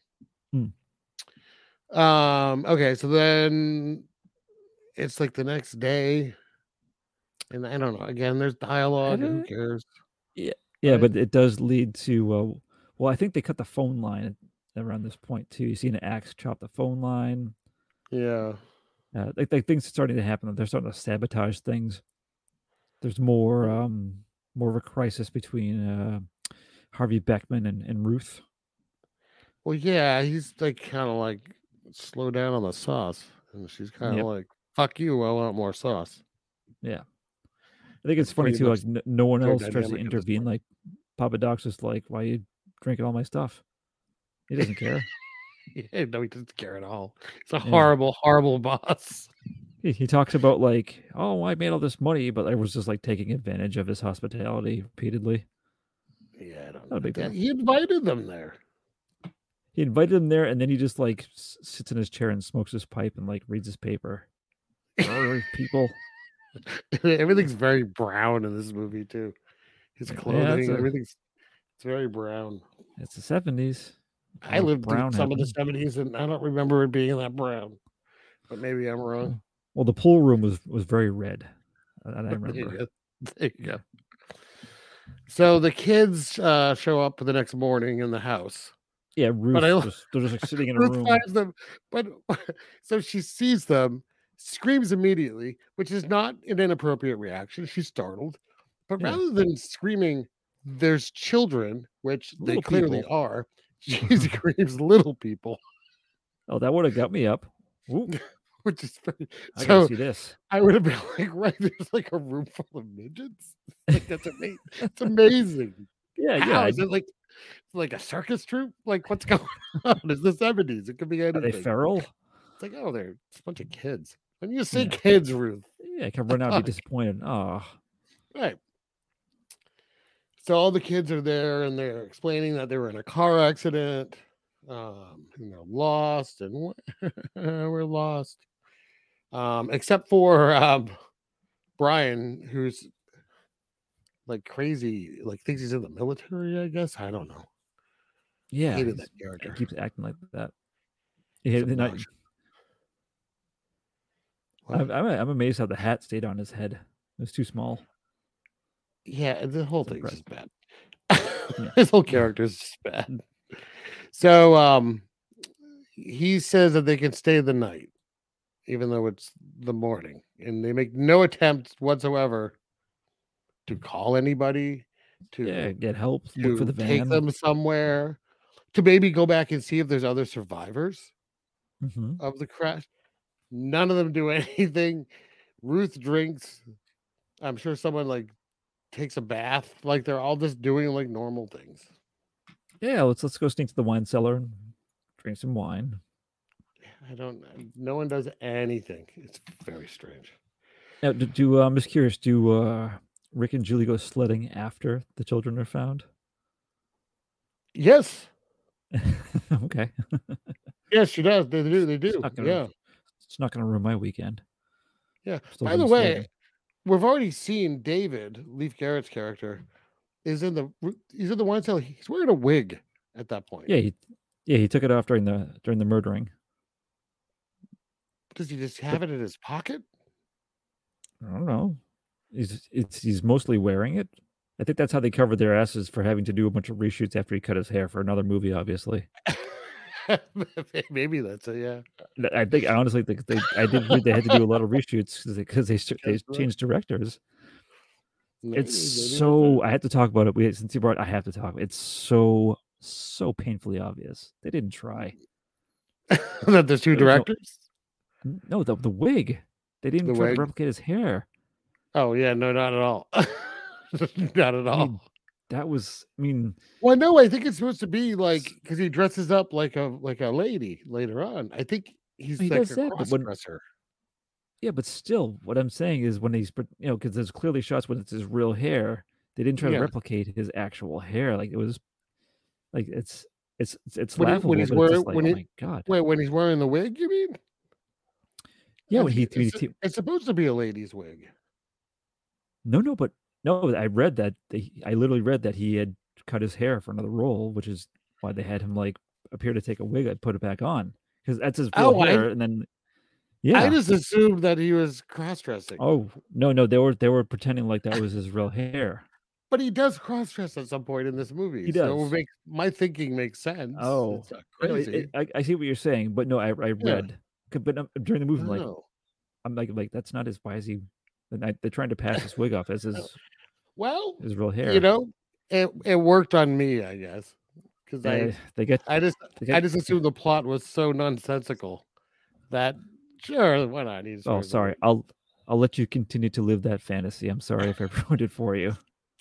Speaker 2: Um. Okay. So then it's like the next day, and I don't know. Again, there's dialogue. and Who
Speaker 3: don't-
Speaker 2: cares?
Speaker 3: Yeah,
Speaker 2: Right.
Speaker 3: but it does lead to uh, well, I think they cut the phone line around this point too. You see an axe chop the phone line.
Speaker 2: Yeah.
Speaker 3: Uh, like, like things are starting to happen. They're starting to sabotage things. There's more um more of a crisis between uh, Harvey Beckman and, and Ruth.
Speaker 2: Well, yeah. He's like kind of like slow down on the sauce, and she's kind of
Speaker 3: Yep.
Speaker 2: like, "Fuck you! I want more sauce."
Speaker 3: I think it's funny
Speaker 2: Pretty
Speaker 3: too.
Speaker 2: much
Speaker 3: Like n- no one
Speaker 2: their
Speaker 3: else tries to
Speaker 2: dynamic at this
Speaker 3: intervene.
Speaker 2: point.
Speaker 3: Like Papa Doc's just like, why you drinking all my stuff? He doesn't care.
Speaker 2: Yeah, no, he doesn't care at all. It's a
Speaker 3: Yeah.
Speaker 2: horrible, horrible boss.
Speaker 3: he, he talks about like, oh, I made all this money, but I was just like taking advantage of his hospitality repeatedly.
Speaker 2: Yeah, I don't
Speaker 3: Not a
Speaker 2: know.
Speaker 3: big
Speaker 2: That-
Speaker 3: deal.
Speaker 2: He invited them there.
Speaker 3: He invited him there, and then he just like s- sits in his chair and smokes his pipe and like reads his paper. Brr, people,
Speaker 2: Everything's very brown in this movie too. His clothing,
Speaker 3: a-
Speaker 2: everything's it's very brown.
Speaker 3: It's the seventies.
Speaker 2: I lived through some of the seventies, and I don't remember it being that brown. But maybe I'm wrong.
Speaker 3: Well, the pool room was was very red. uh, I, I
Speaker 2: There you
Speaker 3: remember.
Speaker 2: go. There you go. So the kids uh, show up the next morning in the house.
Speaker 3: yeah, Ruth.
Speaker 2: I lo-
Speaker 3: just, they're just like sitting in a
Speaker 2: Ruth
Speaker 3: room.
Speaker 2: finds them, but so she sees them, screams immediately, which is not an inappropriate reaction. She's startled, but
Speaker 3: Yeah.
Speaker 2: rather than screaming, "There's children," which they
Speaker 3: Little
Speaker 2: clearly
Speaker 3: people.
Speaker 2: are, she screams, "Little people,"
Speaker 3: Oh, that would have got me up. Whoop,
Speaker 2: which is very,
Speaker 3: I
Speaker 2: so.
Speaker 3: can see this.
Speaker 2: I would have been like, "Right, there's like a room full of midgets. Like that's amazing. it's amazing.
Speaker 3: Yeah, yeah.
Speaker 2: How
Speaker 3: I-
Speaker 2: is it like?" Like a circus troupe? Like what's going on? It's the seventies. It could be
Speaker 3: Are
Speaker 2: anything.
Speaker 3: they feral?
Speaker 2: It's like, oh, they're it's a bunch of kids. When you say
Speaker 3: Yeah.
Speaker 2: kids, Ruth,
Speaker 3: Yeah, I can run out and
Speaker 2: Fuck.
Speaker 3: be disappointed. Oh,
Speaker 2: right? So all the kids are there, and they're explaining that they were in a car accident, um, and they're lost, and we're, we're lost, um, except for um, Brian, who's like crazy, like thinks he's in the military. I guess I don't know.
Speaker 3: yeah.
Speaker 2: Hated
Speaker 3: he's-
Speaker 2: that character.
Speaker 3: He keeps acting like that. Yeah,
Speaker 2: It's
Speaker 3: they're not-
Speaker 2: obnoxious. What?
Speaker 3: I'm, I'm, I'm amazed how the hat stayed on his head. It was too small.
Speaker 2: Yeah, the whole
Speaker 3: It's
Speaker 2: thing's just bad.
Speaker 3: Yeah.
Speaker 2: His whole character is just bad. So um he says that they can stay the night, even though it's the morning, and they make no attempt whatsoever to call anybody, to,
Speaker 3: Yeah, get help.
Speaker 2: to
Speaker 3: Look for the van.
Speaker 2: take them somewhere, to maybe go back and see if there's other survivors
Speaker 3: Mhm.
Speaker 2: of the crash. None of them do anything. Ruth drinks. I'm sure someone like takes a bath. Like they're all just doing like normal things.
Speaker 3: Yeah, let's let's go sneak to the wine cellar and drink some wine.
Speaker 2: I don't. No one does anything. It's very strange.
Speaker 3: Now, do, do uh, I'm just curious. Do uh, Rick and Julie go sledding after the children are found?
Speaker 2: Yes.
Speaker 3: okay,
Speaker 2: Yes, she does. They do. They
Speaker 3: It's
Speaker 2: do.
Speaker 3: not gonna-
Speaker 2: Yeah.
Speaker 3: it's not going to ruin my weekend.
Speaker 2: Yeah,
Speaker 3: Still
Speaker 2: By the
Speaker 3: going
Speaker 2: way,
Speaker 3: sledding.
Speaker 2: we've already seen David Leaf Garrett's character is in the Ru- he's in the wine cellar. He's wearing a wig at that point.
Speaker 3: yeah, he, yeah, he took it off during the during the murdering.
Speaker 2: Does he just have it in his pocket?
Speaker 3: I don't know. He's it's he's mostly wearing it. I think that's how they covered their asses for having to do a bunch of reshoots after he cut his hair for another movie. Obviously,
Speaker 2: Maybe that's it. Yeah.
Speaker 3: Th- I think I honestly think they I did read they had to do a lot of reshoots because they 'cause they,
Speaker 2: Because
Speaker 3: they
Speaker 2: the-
Speaker 3: changed directors.
Speaker 2: Maybe-
Speaker 3: It's
Speaker 2: maybe that's it.
Speaker 3: so. I had to talk about it. We since you brought. it, I have to talk. It's so so painfully obvious. They didn't try.
Speaker 2: that the two
Speaker 3: There's no-
Speaker 2: directors.
Speaker 3: N- No, the the wig. They didn't
Speaker 2: The
Speaker 3: try
Speaker 2: wig.
Speaker 3: to replicate his hair.
Speaker 2: Oh yeah, no, not at all. not at all.
Speaker 3: That was. I mean,
Speaker 2: Mm. Well, no, I think it's supposed to be like because he dresses up like a like a lady later on. I think he's
Speaker 3: He
Speaker 2: like
Speaker 3: does
Speaker 2: a
Speaker 3: that,
Speaker 2: cross
Speaker 3: but when-
Speaker 2: dresser.
Speaker 3: yeah, but still, what I'm saying is when he's, put- you know, because there's clearly shots when it's his real hair. They didn't try
Speaker 2: Yeah.
Speaker 3: to replicate his actual hair. Like it was, like it's it's it's- it's
Speaker 2: When he- when
Speaker 3: laughable.
Speaker 2: he's
Speaker 3: but it's just
Speaker 2: wearing- when
Speaker 3: like,
Speaker 2: he-
Speaker 3: oh my god.
Speaker 2: Wait, when he's wearing the wig, you mean?
Speaker 3: yeah,
Speaker 2: I
Speaker 3: when he,
Speaker 2: think
Speaker 3: when he
Speaker 2: it's,
Speaker 3: t-
Speaker 2: it's supposed to be a lady's wig.
Speaker 3: No, no, but no, I read that. They, I literally read that he had cut his hair for another role, which is why they had him like appear to take a wig and put it back on because that's his real
Speaker 2: Oh, I-
Speaker 3: hair. and then, yeah.
Speaker 2: I just assumed that he was cross dressing,
Speaker 3: oh no, no, they were they were pretending like that was his real hair.
Speaker 2: but he does cross dress at some point in this movie.
Speaker 3: He
Speaker 2: So
Speaker 3: does.
Speaker 2: it makes my thinking makes sense.
Speaker 3: Oh,
Speaker 2: it's not
Speaker 3: No, it-
Speaker 2: crazy.
Speaker 3: it- I, I see what you're saying, but no, I I read, 'cause- but um, during the movie, I'm like
Speaker 2: No.
Speaker 3: I'm like like that's not his. Why is he? And I, they're trying to pass this wig off as his
Speaker 2: Well,
Speaker 3: his real hair.
Speaker 2: Oh, you know, it it worked on me, I guess, because
Speaker 3: they,
Speaker 2: I
Speaker 3: they get
Speaker 2: I just
Speaker 3: they
Speaker 2: I
Speaker 3: get.
Speaker 2: just assumed the plot was so nonsensical that sure why not? He's
Speaker 3: oh,
Speaker 2: wearing the
Speaker 3: sorry. I'll I'll let you continue to live that fantasy. I'm sorry if I ruined it for you.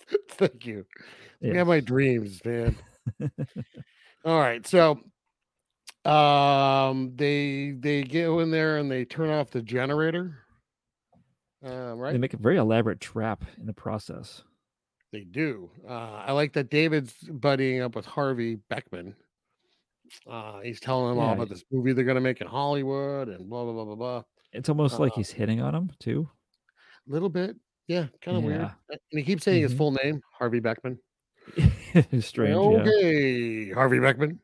Speaker 2: wig. Thank you. Yeah,
Speaker 3: Yeah.
Speaker 2: my dreams, man. All right, so um they they go in there and they turn off the generator. Um, right,
Speaker 3: They make a very elaborate trap in the process.
Speaker 2: they do. Uh, I like that David's buddying up with Harvey Beckman. Uh, he's telling him all
Speaker 3: Yeah,
Speaker 2: about this movie they're gonna make in Hollywood and blah blah blah blah blah.
Speaker 3: It's almost like
Speaker 2: Uh,
Speaker 3: he's hitting on him too.
Speaker 2: little bit. Yeah, kind of weird.
Speaker 3: Yeah.
Speaker 2: And he keeps saying his
Speaker 3: Mhm.
Speaker 2: full name, Harvey Beckman.
Speaker 3: Strange. Yeah.
Speaker 2: okay, Harvey Beckman.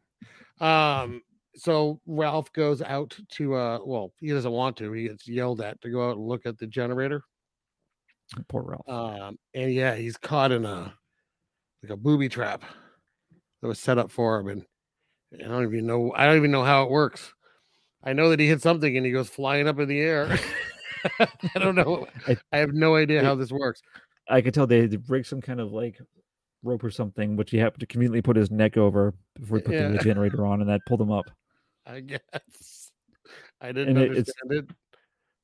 Speaker 2: Um, so Ralph goes out to uh well, he doesn't want to, he gets yelled at to go out and look at the generator.
Speaker 3: Poor Ralph.
Speaker 2: Um, and yeah, he's caught in a like a booby trap that was set up for him, and I don't even know. I don't even know how it works. I know that he hit something and he goes flying up in the air. I don't know.
Speaker 3: I-
Speaker 2: I have no idea
Speaker 3: it-
Speaker 2: how this works.
Speaker 3: I could tell they had to break some kind of like rope or something, which he happened to conveniently put his neck over before he put
Speaker 2: Yeah.
Speaker 3: the generator on, and that pulled him up.
Speaker 2: I guess I didn't
Speaker 3: And it-
Speaker 2: understand
Speaker 3: it's-
Speaker 2: it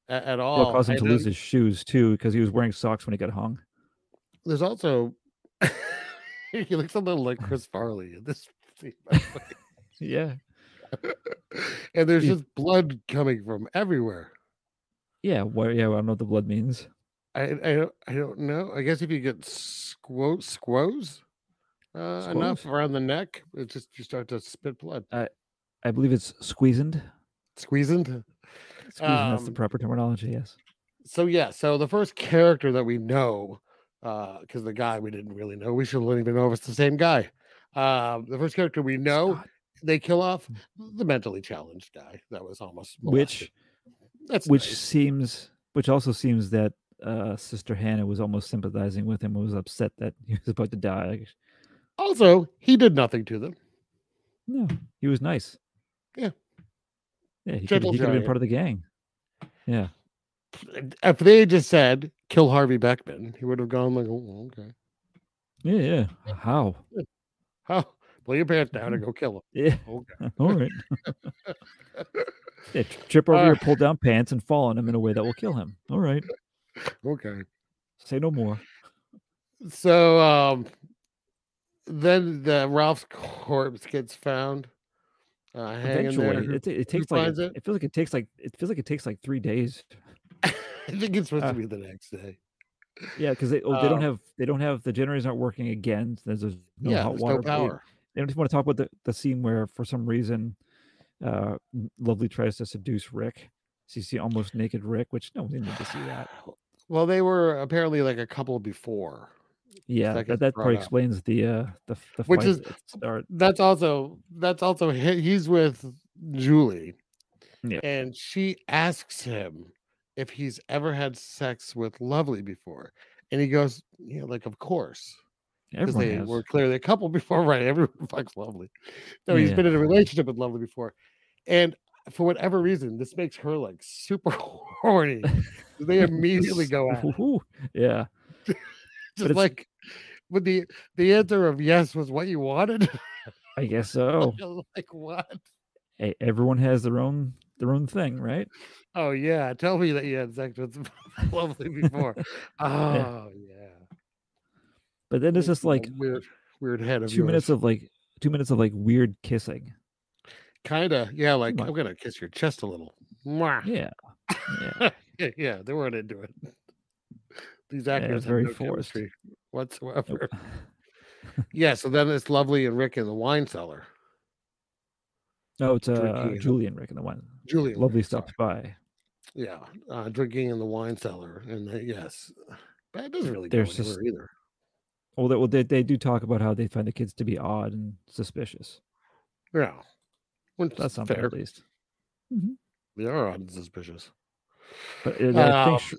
Speaker 2: a- at,
Speaker 3: That
Speaker 2: all.
Speaker 3: caused
Speaker 2: Oh, I
Speaker 3: him to lose
Speaker 2: didn't-
Speaker 3: his shoes too, because he was wearing socks when he got hung.
Speaker 2: There's also he looks a little like Chris Farley in this. scene, by the way.
Speaker 3: Yeah.
Speaker 2: and there's
Speaker 3: Yeah.
Speaker 2: just blood coming from everywhere.
Speaker 3: Yeah. Well, yeah. I don't know what the blood means.
Speaker 2: I I don't, I don't know. I guess if you get squo squoze uh, enough
Speaker 3: Squoze?
Speaker 2: around the neck, it just you start to spit blood.
Speaker 3: I believe it's squeezed.
Speaker 2: Squeezing.
Speaker 3: Squeezing, that's the
Speaker 2: Um,
Speaker 3: proper terminology. Yes.
Speaker 2: So yeah, so the first character that we know, because the guy we didn't really know, we should not even know if it's the same guy. Um, the first character we know,
Speaker 3: Scott,
Speaker 2: they kill off
Speaker 3: Mm.
Speaker 2: the mentally challenged guy that was almost
Speaker 3: which,
Speaker 2: molested. that's
Speaker 3: which
Speaker 2: nice.
Speaker 3: seems, which also seems that uh, Sister Hannah was almost sympathizing with him. and Was upset that he was about to die.
Speaker 2: also he did nothing to them.
Speaker 3: No, he was nice.
Speaker 2: Yeah.
Speaker 3: Yeah, he could
Speaker 2: Gentle
Speaker 3: have been
Speaker 2: giant.
Speaker 3: part of the gang. Yeah.
Speaker 2: If they just said kill Harvey Beckman, he would have gone like, oh, okay.
Speaker 3: Yeah, yeah. How?
Speaker 2: Oh, pull your pants down
Speaker 3: Mm-hmm.
Speaker 2: and go kill
Speaker 3: Yeah.
Speaker 2: Okay.
Speaker 3: All right. yeah, tr- trip over
Speaker 2: Uh,
Speaker 3: your pull down pants and fall on him in a way that will kill him. All right.
Speaker 2: him. Okay.
Speaker 3: Say no more.
Speaker 2: So um then the Ralph's corpse gets found. Uh hanging there.
Speaker 3: Eventually, it, it takes like
Speaker 2: finds
Speaker 3: it?
Speaker 2: it?
Speaker 3: feels like it takes like it feels like it takes like three days.
Speaker 2: I think it's supposed
Speaker 3: uh,
Speaker 2: to be the next day.
Speaker 3: Yeah, because they, oh, they
Speaker 2: Um,
Speaker 3: don't have they don't have the generators aren't working again. so There's, there's no
Speaker 2: yeah,
Speaker 3: hot
Speaker 2: there's
Speaker 3: water.
Speaker 2: no
Speaker 3: but they-
Speaker 2: power.
Speaker 3: I just want to talk about the, the scene where, for some reason, uh, M- Lovely tries to seduce Rick. So you see almost naked Rick, which no one needed to see that.
Speaker 2: Well, they were apparently like a couple before.
Speaker 3: Yeah,
Speaker 2: that
Speaker 3: that,
Speaker 2: gets
Speaker 3: that
Speaker 2: brought
Speaker 3: probably
Speaker 2: up.
Speaker 3: explains the uh, the f- the
Speaker 2: Which
Speaker 3: fight
Speaker 2: is-
Speaker 3: at the start.
Speaker 2: That's also that's also he- he's with Julie.
Speaker 3: Yeah.
Speaker 2: And she asks him if he's ever had sex with Lovely before. And he goes, you know, like, of course. because
Speaker 3: Everyone
Speaker 2: they
Speaker 3: has.
Speaker 2: were clearly a couple before, right? Everyone fucks Lovely. No, he's
Speaker 3: Yeah.
Speaker 2: been in a relationship with Lovely before, and for whatever reason, this makes her like super horny. They immediately go out,
Speaker 3: Woo-hoo. Yeah,
Speaker 2: just
Speaker 3: it's-
Speaker 2: like with the the answer of yes was what you wanted.
Speaker 3: I guess so.
Speaker 2: like what?
Speaker 3: Hey, everyone has their own their own thing, right?
Speaker 2: Oh yeah, tell me that you had sex with Lovely before. oh yeah,
Speaker 3: But then it's
Speaker 2: This
Speaker 3: just like
Speaker 2: weird weird head of
Speaker 3: two minutes of like two minutes of like weird kissing.
Speaker 2: kind of yeah, like
Speaker 3: much.
Speaker 2: I'm gonna kiss your chest a little. Mwah.
Speaker 3: Yeah,
Speaker 2: yeah, yeah, they weren't into it. These
Speaker 3: it
Speaker 2: actors
Speaker 3: was
Speaker 2: have
Speaker 3: very
Speaker 2: no
Speaker 3: forced.
Speaker 2: chemistry whatsoever.
Speaker 3: Nope.
Speaker 2: Yeah, so then it's Lovely and Rick in the wine cellar.
Speaker 3: No, it's uh,
Speaker 2: Drinking is a-
Speaker 3: Julian Rick and the one.
Speaker 2: Julie, and
Speaker 3: Lovely
Speaker 2: Rick,
Speaker 3: stops
Speaker 2: sorry.
Speaker 3: by.
Speaker 2: Yeah, uh, drinking in the wine cellar, and they, yes, but it doesn't really
Speaker 3: There's
Speaker 2: go
Speaker 3: just-
Speaker 2: anywhere either.
Speaker 3: Well, they, well, they, they do talk about how they find the kids to be odd and suspicious.
Speaker 2: Yeah, which
Speaker 3: That's
Speaker 2: that's
Speaker 3: something
Speaker 2: fair.
Speaker 3: at least.
Speaker 2: They are unsuspicious.
Speaker 3: But it- I,
Speaker 2: Um,
Speaker 3: think, sh-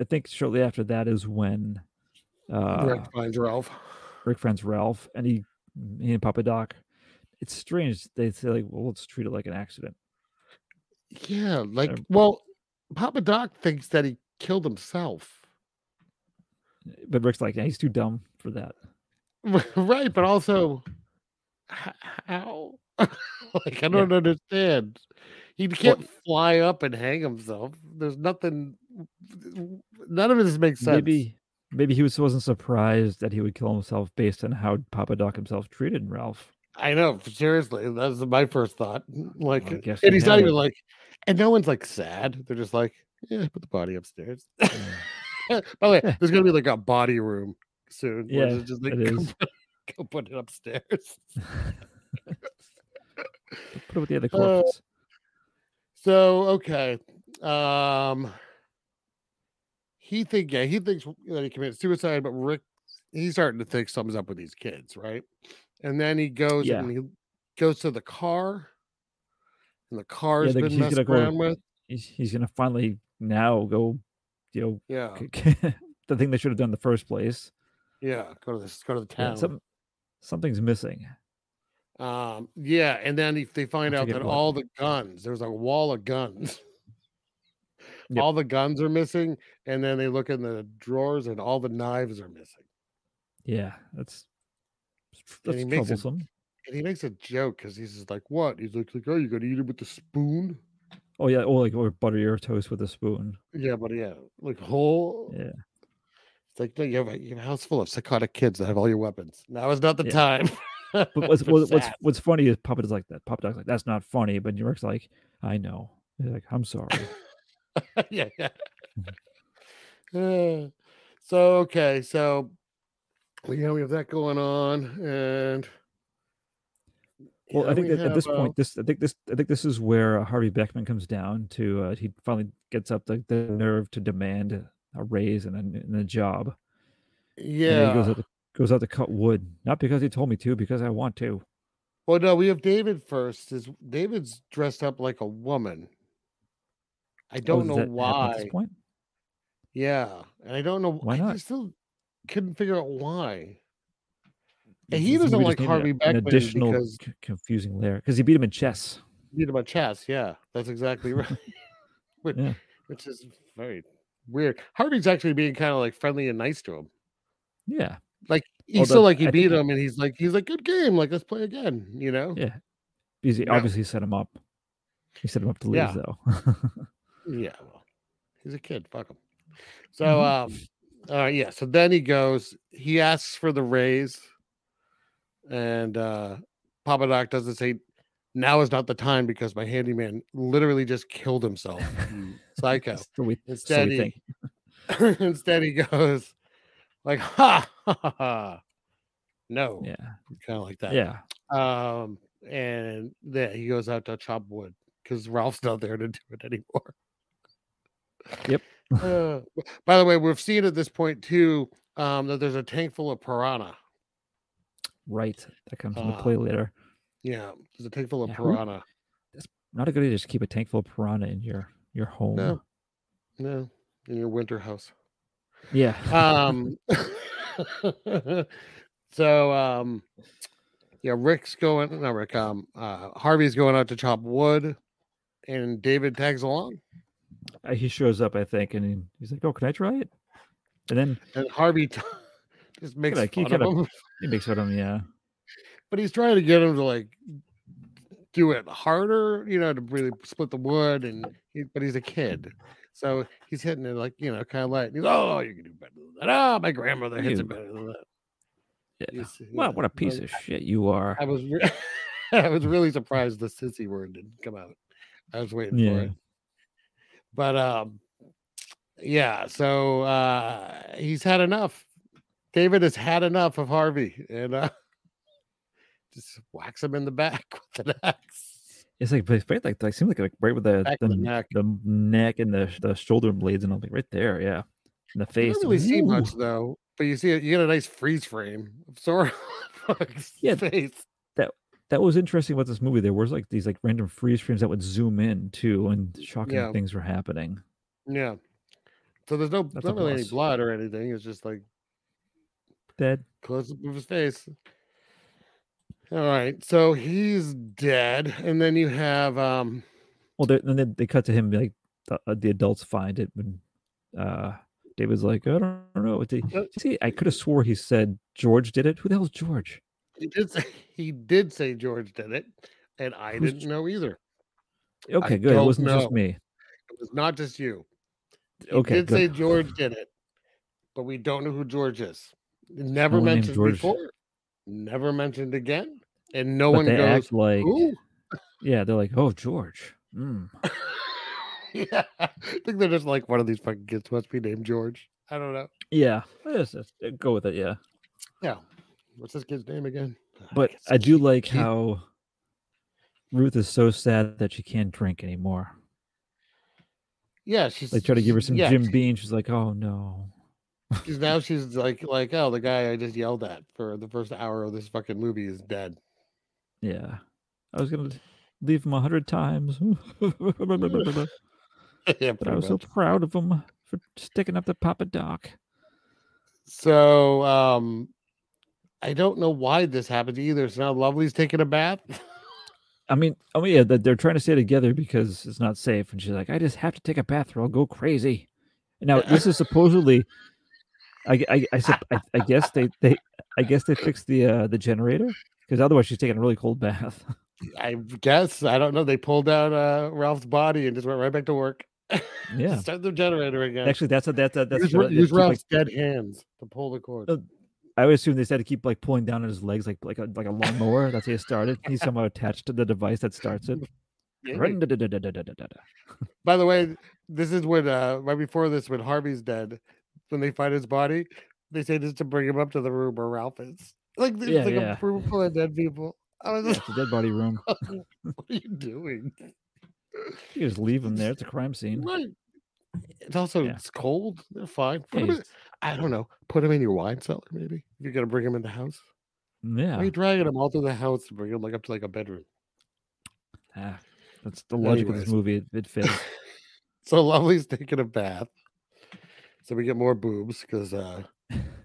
Speaker 3: I think shortly after that is when uh,
Speaker 2: Rick finds Ralph.
Speaker 3: Rick finds Ralph and he he and Papa Doc. It's strange. They say like, well, let's treat it like an accident.
Speaker 2: Yeah, like
Speaker 3: Um,
Speaker 2: well, Papa Doc thinks that he killed himself.
Speaker 3: But Rick's like, yeah, he's too dumb for that.
Speaker 2: right but also h- how like i don't understand he can't fly up and hang himself there's nothing none of this makes sense
Speaker 3: Maybe maybe he was wasn't surprised that he would kill himself based on how Papa Doc himself treated Ralph.
Speaker 2: i know seriously that's my first thought like
Speaker 3: I guess
Speaker 2: and
Speaker 3: we
Speaker 2: he's not
Speaker 3: have
Speaker 2: even
Speaker 3: it.
Speaker 2: like and no one's like sad they're just like yeah put the body upstairs
Speaker 3: Mm.
Speaker 2: by the way
Speaker 3: Yeah.
Speaker 2: there's gonna be like a body room soon where
Speaker 3: Yeah,
Speaker 2: it's just like
Speaker 3: it
Speaker 2: go
Speaker 3: is.
Speaker 2: put- go put it upstairs
Speaker 3: Put it with the other
Speaker 2: Uh,
Speaker 3: corpses.
Speaker 2: So okay. Um he think yeah, he thinks that he committed suicide, but Rick he's starting to think something's up with these kids, right? And then he goes
Speaker 3: Yeah.
Speaker 2: and he goes to the car, and the car's
Speaker 3: they-
Speaker 2: been
Speaker 3: he's
Speaker 2: messed
Speaker 3: gonna go-
Speaker 2: around with.
Speaker 3: He's, he's gonna finally now go, you know,
Speaker 2: Yeah,
Speaker 3: the thing they should have done in the first place.
Speaker 2: yeah. Go to this, go to the
Speaker 3: Yeah,
Speaker 2: town.
Speaker 3: some- something's missing.
Speaker 2: Um, yeah, and then if they find
Speaker 3: I
Speaker 2: out
Speaker 3: forget
Speaker 2: that
Speaker 3: what.
Speaker 2: all the guns, there's a wall of guns.
Speaker 3: Yep.
Speaker 2: All the guns are missing, and then they look in the drawers, and all the knives are missing.
Speaker 3: Yeah, that's
Speaker 2: And
Speaker 3: that's
Speaker 2: he makes it-
Speaker 3: troublesome.
Speaker 2: And he makes a joke because he's just like, "What?" He's like, like, "Oh, you gonna eat it with the spoon?"
Speaker 3: Oh yeah, or like or butter your toast with a spoon.
Speaker 2: Yeah, but yeah, like whole.
Speaker 3: Yeah.
Speaker 2: It's like no, you have, a, you have a house full of psychotic kids that have all your weapons. Now is not the
Speaker 3: Yeah.
Speaker 2: time.
Speaker 3: But what's
Speaker 2: for
Speaker 3: what's, what's
Speaker 2: sass.
Speaker 3: what's funny is Papa is like that. Papa Doc's like that's not funny, but New York's like I know. He's like I'm sorry.
Speaker 2: yeah, yeah.
Speaker 3: Mm-hmm.
Speaker 2: Uh, so okay, so yeah, we have that going on, and
Speaker 3: Well,
Speaker 2: yeah,
Speaker 3: I think
Speaker 2: we
Speaker 3: that at this
Speaker 2: have, uh,
Speaker 3: point, this I think this I think this is where uh, Harvey Beckman comes down to. Uh, he finally gets up the, the nerve to demand a raise and a, and a job. And then
Speaker 2: yeah.
Speaker 3: he goes out, to, goes out to cut wood, not because he told me to, because I want to. Oh,
Speaker 2: Well, no, we have David first. Is David's dressed up like a woman? I
Speaker 3: Oh,
Speaker 2: don't
Speaker 3: does
Speaker 2: know
Speaker 3: that happen At
Speaker 2: why.
Speaker 3: this point,
Speaker 2: Yeah, and I don't know
Speaker 3: Why
Speaker 2: I
Speaker 3: not?
Speaker 2: still couldn't figure out why. And
Speaker 3: This
Speaker 2: he
Speaker 3: is-
Speaker 2: doesn't
Speaker 3: we just
Speaker 2: like
Speaker 3: needed
Speaker 2: Harvey
Speaker 3: a-
Speaker 2: Beckman
Speaker 3: An additional
Speaker 2: because
Speaker 3: c- confusing layer because he beat him in chess.
Speaker 2: he beat him on chess. Yeah, that's exactly right. which,
Speaker 3: Yeah.
Speaker 2: which is very weird. Harvey's actually being kind of like friendly and nice to him.
Speaker 3: Yeah,
Speaker 2: Like he's
Speaker 3: Although,
Speaker 2: still like he
Speaker 3: I think
Speaker 2: beat
Speaker 3: he-
Speaker 2: him, and he's like he's like good game. Like let's play again. You know.
Speaker 3: yeah. Because he
Speaker 2: Oh. Yeah.
Speaker 3: obviously set him up. He set him up to lose,
Speaker 2: Yeah.
Speaker 3: though.
Speaker 2: Yeah, well, he's a kid. Fuck him. So,
Speaker 3: Mm-hmm.
Speaker 2: um, uh, yeah. So then he goes. He asks for the raise, and uh, Papa Doc doesn't say, "Now is not the time because my handyman literally just killed himself." you Psycho.
Speaker 3: So we, Mm. so
Speaker 2: Instead,
Speaker 3: we
Speaker 2: he,
Speaker 3: think.
Speaker 2: instead he goes, like, "Ha ha ha!" ha. No,
Speaker 3: Yeah,
Speaker 2: kind of like that.
Speaker 3: yeah.
Speaker 2: Um, and then he goes out to chop wood because Ralph's not there to do it anymore.
Speaker 3: Yep.
Speaker 2: Uh, by the way, we've seen at this point too um, that there's a tank full of piranha.
Speaker 3: Right. That comes into
Speaker 2: Uh,
Speaker 3: play later.
Speaker 2: Yeah, there's a tank full of
Speaker 3: Yeah, who-
Speaker 2: piranha.
Speaker 3: Not a good idea to just keep a tank full of piranha in your your home.
Speaker 2: No. No, in your winter house.
Speaker 3: Yeah.
Speaker 2: Um, so um, yeah, Rick's going. No, Rick. Um, uh, Harvey's going out to chop wood, and David tags along.
Speaker 3: Uh, he shows up, I think, and he, he's like, "Oh, can I try it?" And then
Speaker 2: and Harvey t- just makes
Speaker 3: like, he
Speaker 2: fun of
Speaker 3: kinda-
Speaker 2: him,
Speaker 3: he makes fun of him. Yeah.
Speaker 2: but he's trying to get him to like do it harder, you know, to really split the wood. And he, but he's a kid, so he's hitting it like you know, kind of like, he's, oh, you can do better than that. Ah, my grandmother hits
Speaker 3: You-
Speaker 2: it better than that.
Speaker 3: Yeah.
Speaker 2: You see,
Speaker 3: Well,
Speaker 2: yeah,
Speaker 3: what a
Speaker 2: it's like,
Speaker 3: piece of shit you are.
Speaker 2: I was, re- I was really surprised the sissy word didn't come out. I was waiting for
Speaker 3: Yeah.
Speaker 2: it, but um, yeah. So uh, he's had enough. David has had enough of Harvey, and uh, just whacks him in the back with an axe.
Speaker 3: It's like, but it's right, like, like seems like, like right with the
Speaker 2: Back
Speaker 3: the,
Speaker 2: of the neck.
Speaker 3: the neck and the the shoulder blades and all, like right there. Yeah. And the
Speaker 2: You
Speaker 3: face.
Speaker 2: don't really see
Speaker 3: Ooh.
Speaker 2: much though, but you see it. You get a nice freeze frame of Sora.
Speaker 3: Yeah.
Speaker 2: face.
Speaker 3: that was interesting about this movie. There was like these like random freeze frames that would zoom in too, and shocking
Speaker 2: Yeah.
Speaker 3: things were happening.
Speaker 2: Yeah. So there's no
Speaker 3: That's a
Speaker 2: not really any
Speaker 3: plus.
Speaker 2: blood or anything. It's just like
Speaker 3: That
Speaker 2: close up of his face. All right, so he's dead, and then you have um
Speaker 3: well, they- then they, they cut to him like the, uh, the adults find it, and uh, David's like, I don't, I don't know. What they,
Speaker 2: Uh,
Speaker 3: see, I could have swore he said George did it. Who the hell's George?
Speaker 2: he did say, he did say George did it, and I
Speaker 3: Who's
Speaker 2: didn't know either.
Speaker 3: Okay, good. It
Speaker 2: don't
Speaker 3: wasn't just
Speaker 2: know.
Speaker 3: me.
Speaker 2: It was not just you. He
Speaker 3: Okay,
Speaker 2: did
Speaker 3: good.
Speaker 2: say George did it, but we don't know who George is. Never
Speaker 3: No one named
Speaker 2: mentioned
Speaker 3: George.
Speaker 2: before, never mentioned again, and no
Speaker 3: but
Speaker 2: one
Speaker 3: they
Speaker 2: goes
Speaker 3: act like,
Speaker 2: who.
Speaker 3: yeah, they're like, oh, George. Mm.
Speaker 2: yeah, I think they're just like one of these fucking kids must be named George. I don't know.
Speaker 3: Yeah, let's just uh, go with it. Yeah.
Speaker 2: Yeah, what's this kid's name again?
Speaker 3: But I do like
Speaker 2: Keith-
Speaker 3: how Ruth is so sad that she can't drink anymore.
Speaker 2: Yeah, she's
Speaker 3: They try to give her some
Speaker 2: yeah,
Speaker 3: Jim Beam. She's like, oh no.
Speaker 2: Because now she's like, like, oh, the guy I just yelled at for the first hour of this fucking movie is dead.
Speaker 3: Yeah. I was going to leave him a hundred times. but
Speaker 2: yeah,
Speaker 3: I
Speaker 2: pretty
Speaker 3: was so
Speaker 2: much.
Speaker 3: proud of him for sticking up to Papa Doc.
Speaker 2: So, um, I don't know why this happened either. So now Lovely's taking a bath.
Speaker 3: I mean, oh yeah, that they're trying to stay together because it's not safe. And she's like, I just have to take a bath or I'll go crazy. Now this is supposedly, I, g- I- I sup- I- I guess they, they, I guess they fixed the uh, the generator because otherwise she's taking a really cold bath.
Speaker 2: I guess I don't know. They pulled out uh, Ralph's body and just went right back to work.
Speaker 3: yeah,
Speaker 2: Start the generator again.
Speaker 3: actually, that's a, that's a, that's.
Speaker 2: use,
Speaker 3: what-
Speaker 2: Ra-
Speaker 3: they
Speaker 2: use
Speaker 3: keep, like-
Speaker 2: Ralph's dead hands to pull the cord.
Speaker 3: Uh, I would assume they said to keep like pulling down on his legs like like a, like a lawnmower. That's how you started. He's somehow attached to the device that starts it.
Speaker 2: Yeah.
Speaker 3: Run-da-da-da-da-da-da-da.
Speaker 2: By the way, this is when uh right before this, when Harvey's dead, when they find his body, they say just to bring him up to the room where Ralph is. Like there's
Speaker 3: Yeah,
Speaker 2: like
Speaker 3: yeah.
Speaker 2: a room full of dead people. I was
Speaker 3: It's
Speaker 2: just,
Speaker 3: a dead body room.
Speaker 2: what are you doing?
Speaker 3: You can just leave him there. It's a crime scene.
Speaker 2: Right. It's also
Speaker 3: Mm. Yeah.
Speaker 2: it's cold. They're fine. Put
Speaker 3: Yeah,
Speaker 2: 'em
Speaker 3: he's-
Speaker 2: in- I don't know. Put him in your wine cellar, maybe. If you're gonna bring him in the house.
Speaker 3: Yeah.
Speaker 2: Why Are you dragging him all through the house to bring him like up to like a bedroom?
Speaker 3: Ah, that's the logic of
Speaker 2: Anyways.
Speaker 3: this movie. It, it fits.
Speaker 2: So Lovely's taking a bath. So we get more boobs because uh,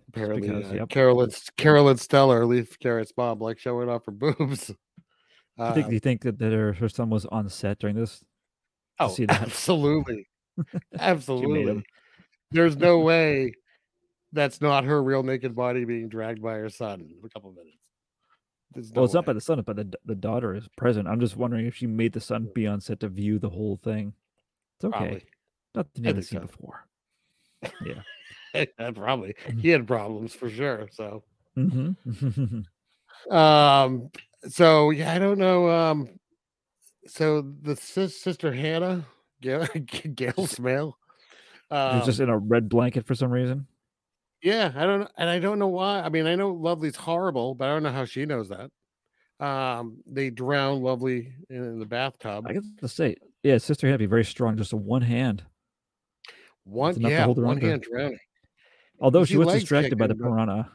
Speaker 2: apparently
Speaker 3: because,
Speaker 2: uh,
Speaker 3: yep.
Speaker 2: Carolyn Carolyn Stellar, Leaf Carrot's mom, like showing off her boobs.
Speaker 3: I
Speaker 2: Uh,
Speaker 3: think, do you think that, that her, her son was on set during this?
Speaker 2: oh,
Speaker 3: see that.
Speaker 2: absolutely, absolutely.
Speaker 3: 'em.
Speaker 2: There's no way that's not her real naked body being dragged by her son in a couple minutes. There's
Speaker 3: well,
Speaker 2: no
Speaker 3: it's not
Speaker 2: way.
Speaker 3: by the son, but the, d- the daughter is present. I'm just wondering if she made the son be on set to view the whole thing. It's okay.
Speaker 2: Probably.
Speaker 3: Nothing
Speaker 2: I
Speaker 3: you haven't
Speaker 2: think
Speaker 3: seen
Speaker 2: so.
Speaker 3: before.
Speaker 2: Yeah, probably.
Speaker 3: Mm.
Speaker 2: He had problems for sure. So
Speaker 3: hmm
Speaker 2: um so yeah i don't know um so the sis, sister hannah gail, gail smale
Speaker 3: He
Speaker 2: um,
Speaker 3: was just in a red blanket for some reason.
Speaker 2: yeah i don't know and i don't know why i mean i know lovely's horrible but i don't know how she knows that um they drown lovely in, the bathtub
Speaker 3: I guess to say, yeah, Sister Happy very strong, just a one hand.
Speaker 2: one
Speaker 3: enough to
Speaker 2: yeah
Speaker 3: hold her
Speaker 2: one
Speaker 3: under.
Speaker 2: hand drowning
Speaker 3: Although
Speaker 2: She
Speaker 3: she was
Speaker 2: legs
Speaker 3: distracted by the
Speaker 2: kicking, but-
Speaker 3: piranha.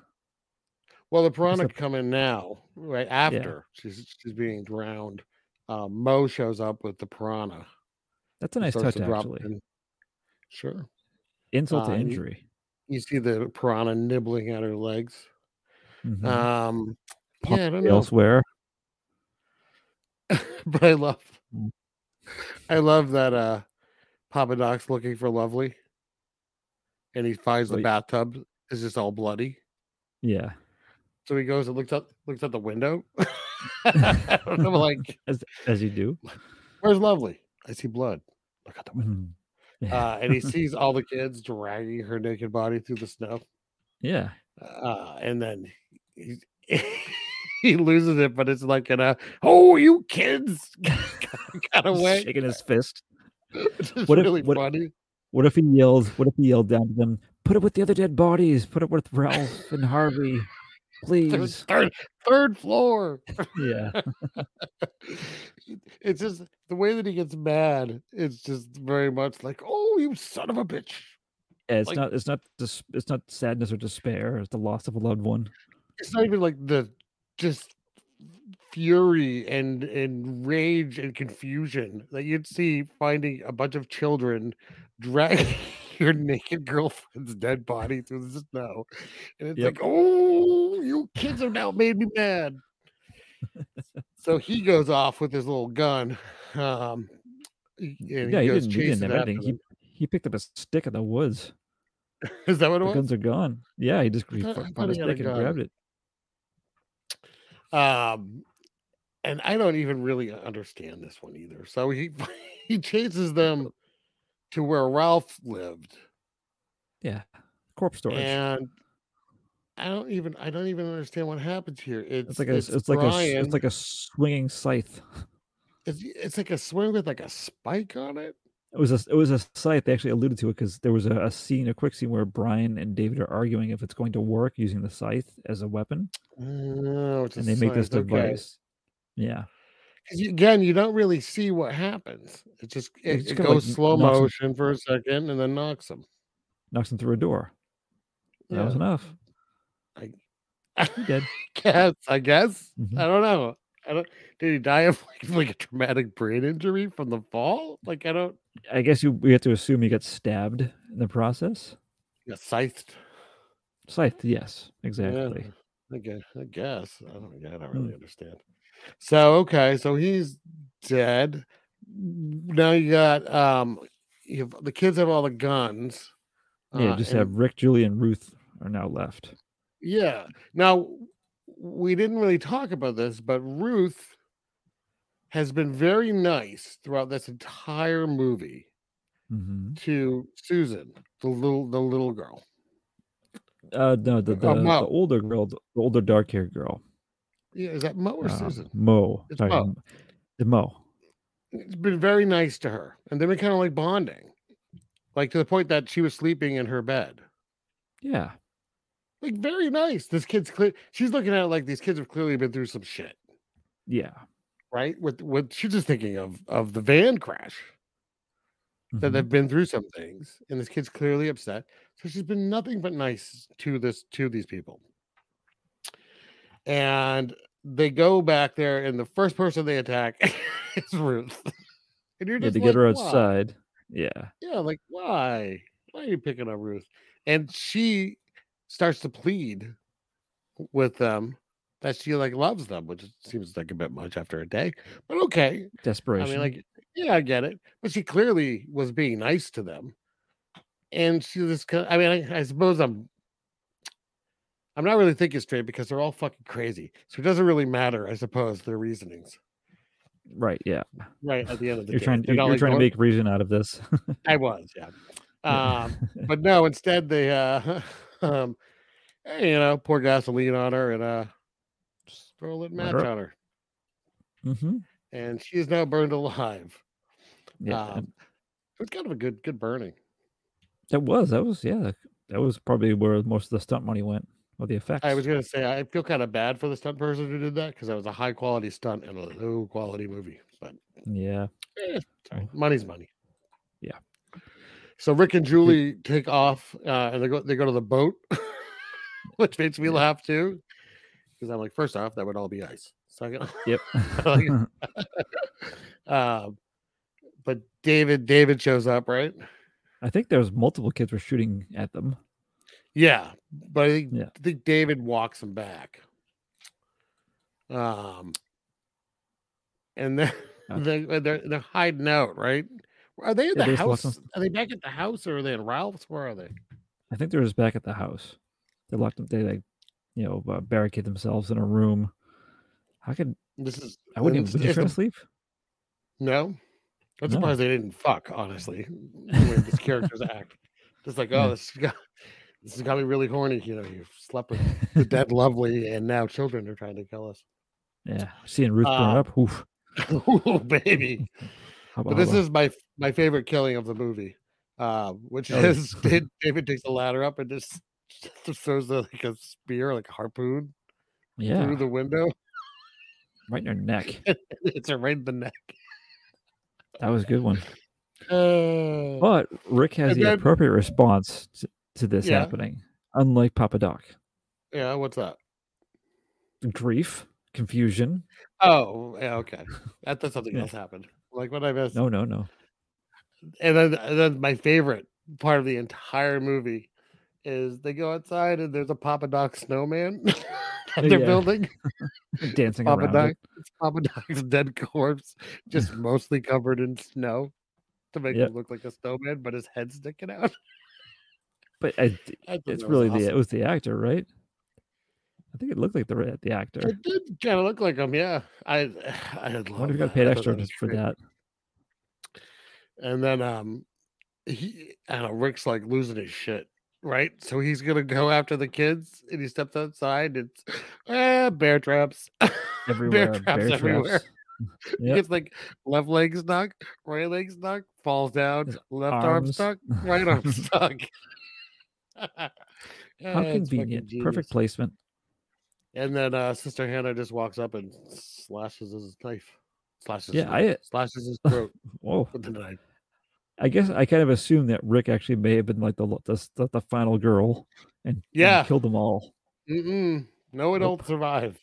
Speaker 2: Well, the
Speaker 3: guess
Speaker 2: piranha
Speaker 3: the-
Speaker 2: come in now, right after she's she's being drowned. Uh, Mo shows up with the piranha.
Speaker 3: That's a
Speaker 2: and
Speaker 3: nice
Speaker 2: starts
Speaker 3: touch,
Speaker 2: to drop
Speaker 3: actually.
Speaker 2: in. Sure.
Speaker 3: Insult
Speaker 2: Uh,
Speaker 3: to
Speaker 2: and you-
Speaker 3: injury.
Speaker 2: You see the piranha nibbling at her legs.
Speaker 3: Mhm.
Speaker 2: Um,
Speaker 3: Pop
Speaker 2: yeah, I don't know,
Speaker 3: Elsewhere.
Speaker 2: but I love,
Speaker 3: Mm.
Speaker 2: I love that uh, Papa Doc's looking for Lovely, and he finds the
Speaker 3: Wait.
Speaker 2: bathtub is just all bloody.
Speaker 3: Yeah.
Speaker 2: So he goes and looks out, looks out the window. and I'm like,
Speaker 3: As as you do.
Speaker 2: "Where's Lovely? I see blood. Look out the window."
Speaker 3: Mhm. Yeah.
Speaker 2: uh, and he sees all the kids dragging her naked body through the snow,
Speaker 3: yeah.
Speaker 2: uh, and then he, he loses it, but it's like in a "Oh, you kids!" kind of
Speaker 3: He's
Speaker 2: way.
Speaker 3: Shaking his fist.
Speaker 2: It's just
Speaker 3: What if-
Speaker 2: really
Speaker 3: what-
Speaker 2: funny.
Speaker 3: What if he yelled? What if he yelled down to them? Put it with the other dead bodies. Put it with Ralph and Harvey,
Speaker 2: Third,
Speaker 3: please.
Speaker 2: third, third floor.
Speaker 3: Yeah.
Speaker 2: It's just the way that he gets mad. It's just very much like, "Oh, you son of a bitch!"
Speaker 3: Yeah, it's
Speaker 2: Like-
Speaker 3: not. It's not. Dis- it's not sadness or despair. It's the loss of a loved one.
Speaker 2: It's not even like the just fury and and rage and confusion that you'd see finding a bunch of children drag your naked girlfriend's dead body through the snow and it's
Speaker 3: Yep.
Speaker 2: like oh you kids have now made me mad so he goes off with his little gun um y- and
Speaker 3: yeah,
Speaker 2: he
Speaker 3: he
Speaker 2: goes
Speaker 3: didn't. He
Speaker 2: chasing
Speaker 3: didn't have
Speaker 2: after
Speaker 3: anything. He,
Speaker 2: them.
Speaker 3: he picked up a stick in the woods.
Speaker 2: is that what it
Speaker 3: The
Speaker 2: was
Speaker 3: guns are gone. Yeah, he just he
Speaker 2: thought- I
Speaker 3: found
Speaker 2: thought
Speaker 3: a
Speaker 2: he had a
Speaker 3: stick and
Speaker 2: gun.
Speaker 3: grabbed it.
Speaker 2: Um, and I don't even really understand this one either. So he he chases them to where Ralph lived,
Speaker 3: Yeah, corpse storage.
Speaker 2: and I don't even I don't even understand what happens here. It's,
Speaker 3: it's like a. It's, like a. s-
Speaker 2: Brian,
Speaker 3: It's like a swinging scythe.
Speaker 2: it's, it's like a swing with like a spike on it.
Speaker 3: It was a. It was a scythe. They actually alluded to it because there was a, a scene, a quick scene where Brian and David are arguing if it's going to work using the scythe as a weapon,
Speaker 2: Oh, it's a
Speaker 3: and they make this
Speaker 2: scythe, okay.
Speaker 3: device. Yeah,
Speaker 2: 'Cause you- again, you don't really see what happens. It just
Speaker 3: It's
Speaker 2: it, it
Speaker 3: kinda like
Speaker 2: goes slow
Speaker 3: knocks 'em-
Speaker 2: motion for a second and then knocks him.
Speaker 3: knocks him through a door. That was
Speaker 2: Yeah.
Speaker 3: enough. He did.
Speaker 2: guess. I guess.
Speaker 3: Mhm.
Speaker 2: I don't know. I don't. Did he die of like, like a traumatic brain injury from the fall? Like I don't.
Speaker 3: I guess you we have to assume he got stabbed in the process.
Speaker 2: Got scythed.
Speaker 3: Scythe, yes,
Speaker 2: Yeah,
Speaker 3: exactly.
Speaker 2: I guess. I guess. I don't. I don't
Speaker 3: Hmm.
Speaker 2: really understand. So okay. So he's dead. Now you got um. You have, the kids have all the guns.
Speaker 3: Yeah,
Speaker 2: uh,
Speaker 3: just
Speaker 2: and-
Speaker 3: have Rick, Julie, and Ruth are now left.
Speaker 2: Yeah. Now we didn't really talk about this, but Ruth has been very nice throughout this entire movie Mm-hmm.
Speaker 3: hmm
Speaker 2: to Susan, the little the little girl.
Speaker 3: Uh, no, the, the,
Speaker 2: Oh,
Speaker 3: the
Speaker 2: Mo.
Speaker 3: older girl, the older dark haired girl,
Speaker 2: Yeah, is that Mo or
Speaker 3: uh,
Speaker 2: Susan?
Speaker 3: Mo.
Speaker 2: It's
Speaker 3: Sorry,
Speaker 2: Mo.
Speaker 3: M- the Mo.
Speaker 2: It's been very nice to her, and they've been kind of like bonding, like to the point that she was sleeping in her bed.
Speaker 3: Yeah,
Speaker 2: Like very nice. This kid's clear. She's looking at it like these kids have clearly been through some shit,
Speaker 3: yeah.
Speaker 2: right? With with she's just thinking of of the van crash. that
Speaker 3: mhm.
Speaker 2: they've been through some things, and this kid's clearly upset. So she's been nothing but nice to this to these people. And they go back there, and the first person they attack is Ruth. And you're
Speaker 3: Mm-hmm. yeah,
Speaker 2: just
Speaker 3: to
Speaker 2: like,
Speaker 3: get her
Speaker 2: "Why?"
Speaker 3: outside. Yeah,
Speaker 2: Yeah, like why? Why are you picking on Ruth? And she starts to plead with them that she like loves them, which seems like a bit much after a day. But okay,
Speaker 3: desperation.
Speaker 2: I mean, like, yeah, I get it, but she clearly was being nice to them, and she was. ki- I mean, I, I suppose I'm. I'm not really thinking straight because they're all fucking crazy, so it doesn't really matter. I suppose their reasonings,
Speaker 3: right? Yeah,
Speaker 2: right at the end of the
Speaker 3: you're
Speaker 2: day,
Speaker 3: trying.
Speaker 2: They're
Speaker 3: You're,
Speaker 2: not,
Speaker 3: you're
Speaker 2: like,
Speaker 3: trying to
Speaker 2: going-
Speaker 3: make reason out of this.
Speaker 2: I was, yeah.
Speaker 3: Yeah.
Speaker 2: Um, but no, instead they, uh, um, eh, you know, pour gasoline on her and uh, just throw a lit
Speaker 3: Light
Speaker 2: match
Speaker 3: her up.
Speaker 2: on her,
Speaker 3: hmm
Speaker 2: and she is now burned alive.
Speaker 3: Yeah,
Speaker 2: Um, it was kind of a good, good burning.
Speaker 3: that was that was yeah that was probably where most of the stunt money went or the effects.
Speaker 2: I was gonna say I feel kind of bad for the stunt person who did that because that was a high quality stunt in a low quality movie. But
Speaker 3: yeah.
Speaker 2: eh,
Speaker 3: Oh.
Speaker 2: money's money.
Speaker 3: Yeah.
Speaker 2: So Rick and Julie take off uh, and they go they go to the boat, which makes me
Speaker 3: Yeah.
Speaker 2: laugh too. Because I'm like, first off, that would all be ice. Second,
Speaker 3: Yep.
Speaker 2: like- um, but David David shows up, right?
Speaker 3: I think there was multiple kids were shooting at them.
Speaker 2: Yeah, but I think,
Speaker 3: Yeah.
Speaker 2: I think David walks him back. Um, and then
Speaker 3: Uh,
Speaker 2: they, uh, they're they're hiding out, right? Are they in
Speaker 3: Yeah,
Speaker 2: the
Speaker 3: they just locked
Speaker 2: house? Are they back at the house, or are they in Ralph's? Where are they?
Speaker 3: I think they were just back at the house. They locked them. They like, you know, uh, barricade themselves in a room. How could
Speaker 2: This is
Speaker 3: I wouldn't even
Speaker 2: it's-
Speaker 3: was he
Speaker 2: it's
Speaker 3: trying
Speaker 2: the-
Speaker 3: to sleep?
Speaker 2: no. I'm
Speaker 3: No.
Speaker 2: surprised they didn't fuck. Honestly, the way this character's act, just like oh,
Speaker 3: Yeah.
Speaker 2: this has got this has got me really horny. You know, you slept with the dead lovely, and now children are trying to kill us.
Speaker 3: Yeah, seeing Ruth burn
Speaker 2: Uh,
Speaker 3: up. Oof.
Speaker 2: oh, baby.
Speaker 3: How
Speaker 2: But this is my my favorite killing of the movie, uh, which
Speaker 3: Oh, yeah.
Speaker 2: is Da- David takes a ladder up and just, just throws a, like a spear, like a harpoon,
Speaker 3: yeah,
Speaker 2: through the window.
Speaker 3: right in her neck.
Speaker 2: it's right in the neck.
Speaker 3: That was a good one.
Speaker 2: Uh,
Speaker 3: But Rick has
Speaker 2: And
Speaker 3: the
Speaker 2: then-
Speaker 3: appropriate response to, to this
Speaker 2: Yeah.
Speaker 3: happening, unlike Papa Doc.
Speaker 2: yeah, what's that?
Speaker 3: Grief, confusion.
Speaker 2: Oh, yeah, okay. I thought something
Speaker 3: Yeah.
Speaker 2: else happened. Like what I missed.
Speaker 3: No, no, no.
Speaker 2: And then and then my favorite part of the entire movie is they go outside and there's a Papa Doc snowman that they're
Speaker 3: Oh, Yeah.
Speaker 2: building.
Speaker 3: Dancing
Speaker 2: Papa
Speaker 3: around.
Speaker 2: Doc,
Speaker 3: it.
Speaker 2: it's Papa Doc's dead corpse, just mostly covered in snow to make
Speaker 3: Yep.
Speaker 2: him look like a snowman, but his head's sticking out.
Speaker 3: But I,
Speaker 2: I thought
Speaker 3: it's
Speaker 2: that was
Speaker 3: really the it
Speaker 2: awesome.
Speaker 3: was the actor, right? I think it looked like the re- the actor.
Speaker 2: It did kind of look like him, yeah. I I had
Speaker 3: I wonder if he got paid extra just for that.
Speaker 2: And then um, he I don't know Rick's like losing his shit, right? So he's gonna go after the kids, and he steps outside. It's ah, bear traps.
Speaker 3: Everywhere,
Speaker 2: traps everywhere.
Speaker 3: Yep.
Speaker 2: It's like left leg stuck, right leg stuck, falls down,
Speaker 3: His
Speaker 2: left arm
Speaker 3: arms.
Speaker 2: stuck, right arm stuck. How
Speaker 3: How convenient! Perfect placement.
Speaker 2: And then uh, Sister Hannah just walks up and slashes his knife. Slashes.
Speaker 3: Yeah,
Speaker 2: his-
Speaker 3: I-
Speaker 2: slashes his throat
Speaker 3: Whoa.
Speaker 2: with the knife.
Speaker 3: I guess I kind of assume that Rick actually may have been like the l- the, the, the final girl and, and
Speaker 2: Yeah.
Speaker 3: killed them all.
Speaker 2: Mm-mm. No, it
Speaker 3: Nope.
Speaker 2: don't survive.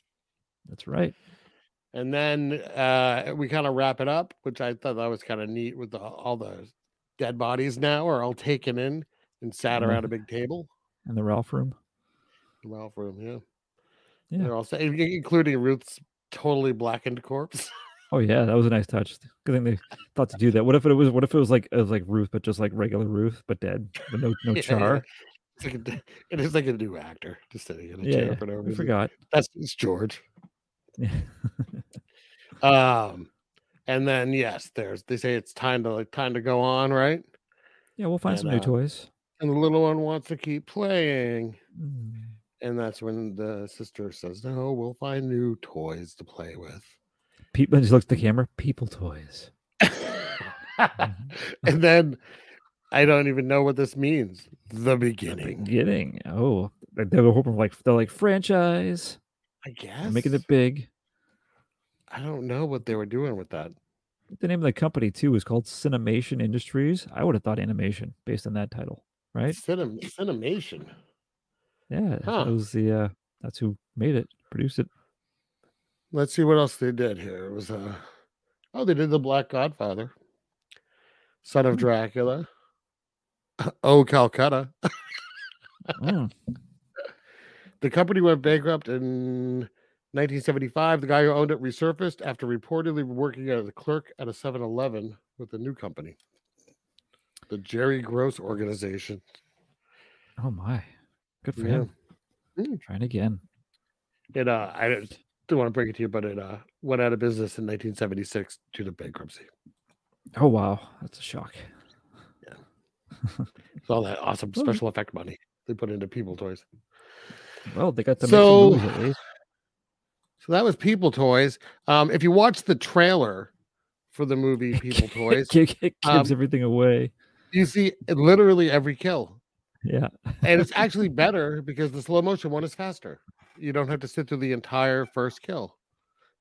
Speaker 3: That's right.
Speaker 2: And then uh, we kind of wrap it up, which I thought that was kind of neat with the, all the dead bodies now are all taken in and
Speaker 3: Mm-hmm.
Speaker 2: sat around a big table.
Speaker 3: In the Ralph room.
Speaker 2: Ralph room, yeah.
Speaker 3: Yeah.
Speaker 2: They're all sa- in- including Ruth's totally blackened corpse.
Speaker 3: Oh yeah, that was a nice touch. Good thing they thought to do that. What if it was what if it was like it was like Ruth, but just like regular Ruth, but dead. But no no
Speaker 2: Yeah, yeah.
Speaker 3: char.
Speaker 2: It's like a d- it is like a new actor just sitting in a
Speaker 3: Yeah,
Speaker 2: chair
Speaker 3: yeah.
Speaker 2: for no
Speaker 3: We
Speaker 2: reason.
Speaker 3: forgot.
Speaker 2: That's it's George.
Speaker 3: Yeah.
Speaker 2: Um, and then yes, there's they say it's time to like time to go on, right?
Speaker 3: yeah, we'll find
Speaker 2: And,
Speaker 3: some new
Speaker 2: uh,
Speaker 3: toys.
Speaker 2: And the little one wants to keep playing.
Speaker 3: Mm.
Speaker 2: And that's when the sister says, No, we'll find new toys to play with.
Speaker 3: People just looks at the camera. People toys. Mm-hmm.
Speaker 2: and then I don't even know what this means. The
Speaker 3: The
Speaker 2: beginning.
Speaker 3: Beginning. Oh, like, they were hoping for like they're like franchise,
Speaker 2: I
Speaker 3: we're
Speaker 2: guess.
Speaker 3: making it big.
Speaker 2: I don't know what they were doing with that.
Speaker 3: The name of the company too is called Cinemation Industries. I would have thought animation based on that title, right?
Speaker 2: Cinem- Cinemation.
Speaker 3: Yeah,
Speaker 2: Huh.
Speaker 3: that was the uh, that's who made it, produced it.
Speaker 2: Let's see what else they did here. It was uh oh, they did the Black Godfather, Son of Dracula, Oh Calcutta.
Speaker 3: Mm.
Speaker 2: The company went bankrupt in 1975. The guy who owned it resurfaced after reportedly working as a clerk at a 7 Eleven with a new company, the Jerry Gross Organization.
Speaker 3: Oh my, good for
Speaker 2: Yeah.
Speaker 3: him.
Speaker 2: Mm.
Speaker 3: Trying again.
Speaker 2: It, uh, I didn't didn't want to break it to you, but it uh, went out of business in 1976 due to bankruptcy.
Speaker 3: Oh wow, that's a shock.
Speaker 2: It's all that awesome
Speaker 3: Okay.
Speaker 2: special effect money they put into People Toys.
Speaker 3: Well, they got to
Speaker 2: So-
Speaker 3: make some movies at least.
Speaker 2: So that was People Toys. Um, if you watch the trailer for the movie People Toys,
Speaker 3: It gi- it
Speaker 2: Um,
Speaker 3: gives everything away.
Speaker 2: you see literally every kill.
Speaker 3: Yeah,
Speaker 2: and it's actually better because the slow motion one is faster. You don't have to sit through the entire first kill.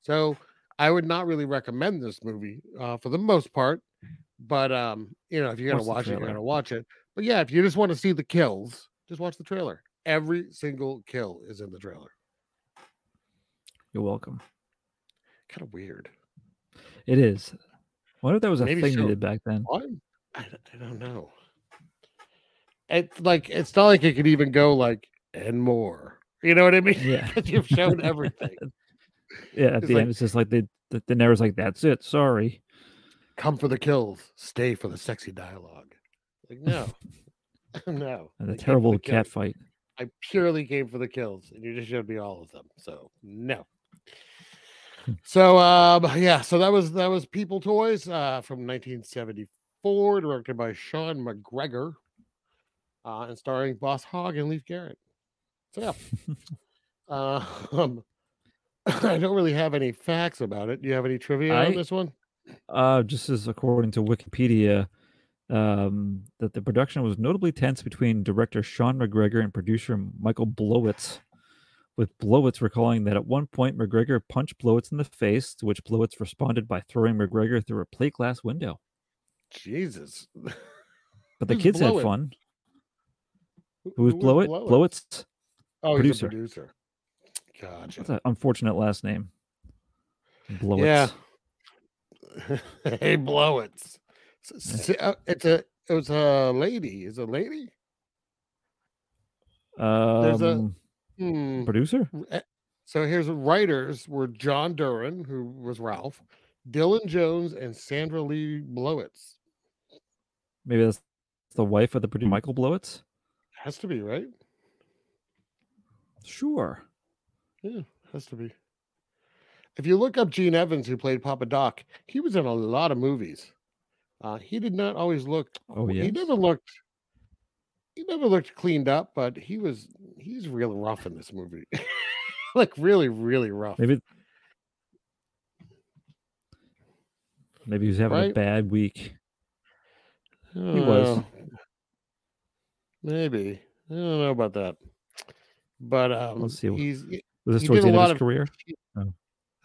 Speaker 2: So I would not really recommend this movie uh, for the most part. But um, you know, if you're gonna
Speaker 3: Watch
Speaker 2: watch
Speaker 3: the
Speaker 2: it, you're
Speaker 3: trailer.
Speaker 2: gonna watch it. But yeah, if you just want to see the kills, just watch the trailer. Every single kill is in the trailer.
Speaker 3: you're welcome.
Speaker 2: Kind of weird.
Speaker 3: It is. I wonder if that was a
Speaker 2: Maybe
Speaker 3: thing
Speaker 2: so.
Speaker 3: they did back then.
Speaker 2: Why? I, d- I don't know. It's like it's not like it could even go like and more. You know what I mean?
Speaker 3: Yeah.
Speaker 2: 'Cause You've shown everything.
Speaker 3: Yeah, at
Speaker 2: It's
Speaker 3: the
Speaker 2: like-
Speaker 3: end, it's just like they, the, the narrow's like, that's it. Sorry.
Speaker 2: come for the kills, stay for the sexy dialogue. Like, no, no.
Speaker 3: And
Speaker 2: I
Speaker 3: the
Speaker 2: came for
Speaker 3: terrible
Speaker 2: kills.
Speaker 3: cat fight.
Speaker 2: I purely came for the kills, and you just showed me all of them. So no.
Speaker 3: Hmm.
Speaker 2: so um, yeah, so that was that was People Toys uh, from 1974, directed by Sean McGregor, uh, and starring Boss Hogg and Leaf Garrett. So yeah, uh, um, I don't really have any facts about it. Do you have any trivia
Speaker 3: I-
Speaker 2: on this one?
Speaker 3: Uh, just as according to Wikipedia, um, that the production was notably tense between director Sean McGregor and producer Michael Blowitz. With Blowitz recalling that at one point McGregor punched Blowitz in the face, to which Blowitz responded by throwing McGregor through a plate glass window.
Speaker 2: Jesus.
Speaker 3: But the
Speaker 2: Who's
Speaker 3: kids had
Speaker 2: Hmm, Blowitz?
Speaker 3: fun.
Speaker 2: Who-
Speaker 3: Who was
Speaker 2: who is
Speaker 3: Blowit?
Speaker 2: Blowett?
Speaker 3: Blowitz.
Speaker 2: Oh,
Speaker 3: producer.
Speaker 2: he's a producer. Gotcha.
Speaker 3: That's an unfortunate last name. Blowitz.
Speaker 2: Yeah. hey, Blowitz. S- s- uh, It's a it was a lady. Is a lady?
Speaker 3: Um,
Speaker 2: a- Hmm.
Speaker 3: Producer?
Speaker 2: Eh, So here's writers were John Duran, who was Ralph, Dylan Jones, and Sandra Lee Blowitz.
Speaker 3: Maybe that's the wife of the producer, Michael Blowitz?
Speaker 2: Has to be right.
Speaker 3: Sure.
Speaker 2: Yeah, has to be. If you look up Gene Evans, who played Papa Doc, he was in a lot of movies. Uh, he did not always look
Speaker 3: Oh,
Speaker 2: Well,
Speaker 3: yeah.
Speaker 2: He never looked he never looked cleaned up, but he was he's real rough in this movie. like really, really rough.
Speaker 3: Maybe maybe he was having a
Speaker 2: Right?
Speaker 3: bad week.
Speaker 2: I don't
Speaker 3: was.
Speaker 2: know. Oh, Maybe. I don't know about that. But um
Speaker 3: see what-
Speaker 2: he's
Speaker 3: Was this
Speaker 2: He
Speaker 3: towards
Speaker 2: did
Speaker 3: the
Speaker 2: a
Speaker 3: end of
Speaker 2: lot
Speaker 3: his
Speaker 2: of-
Speaker 3: career?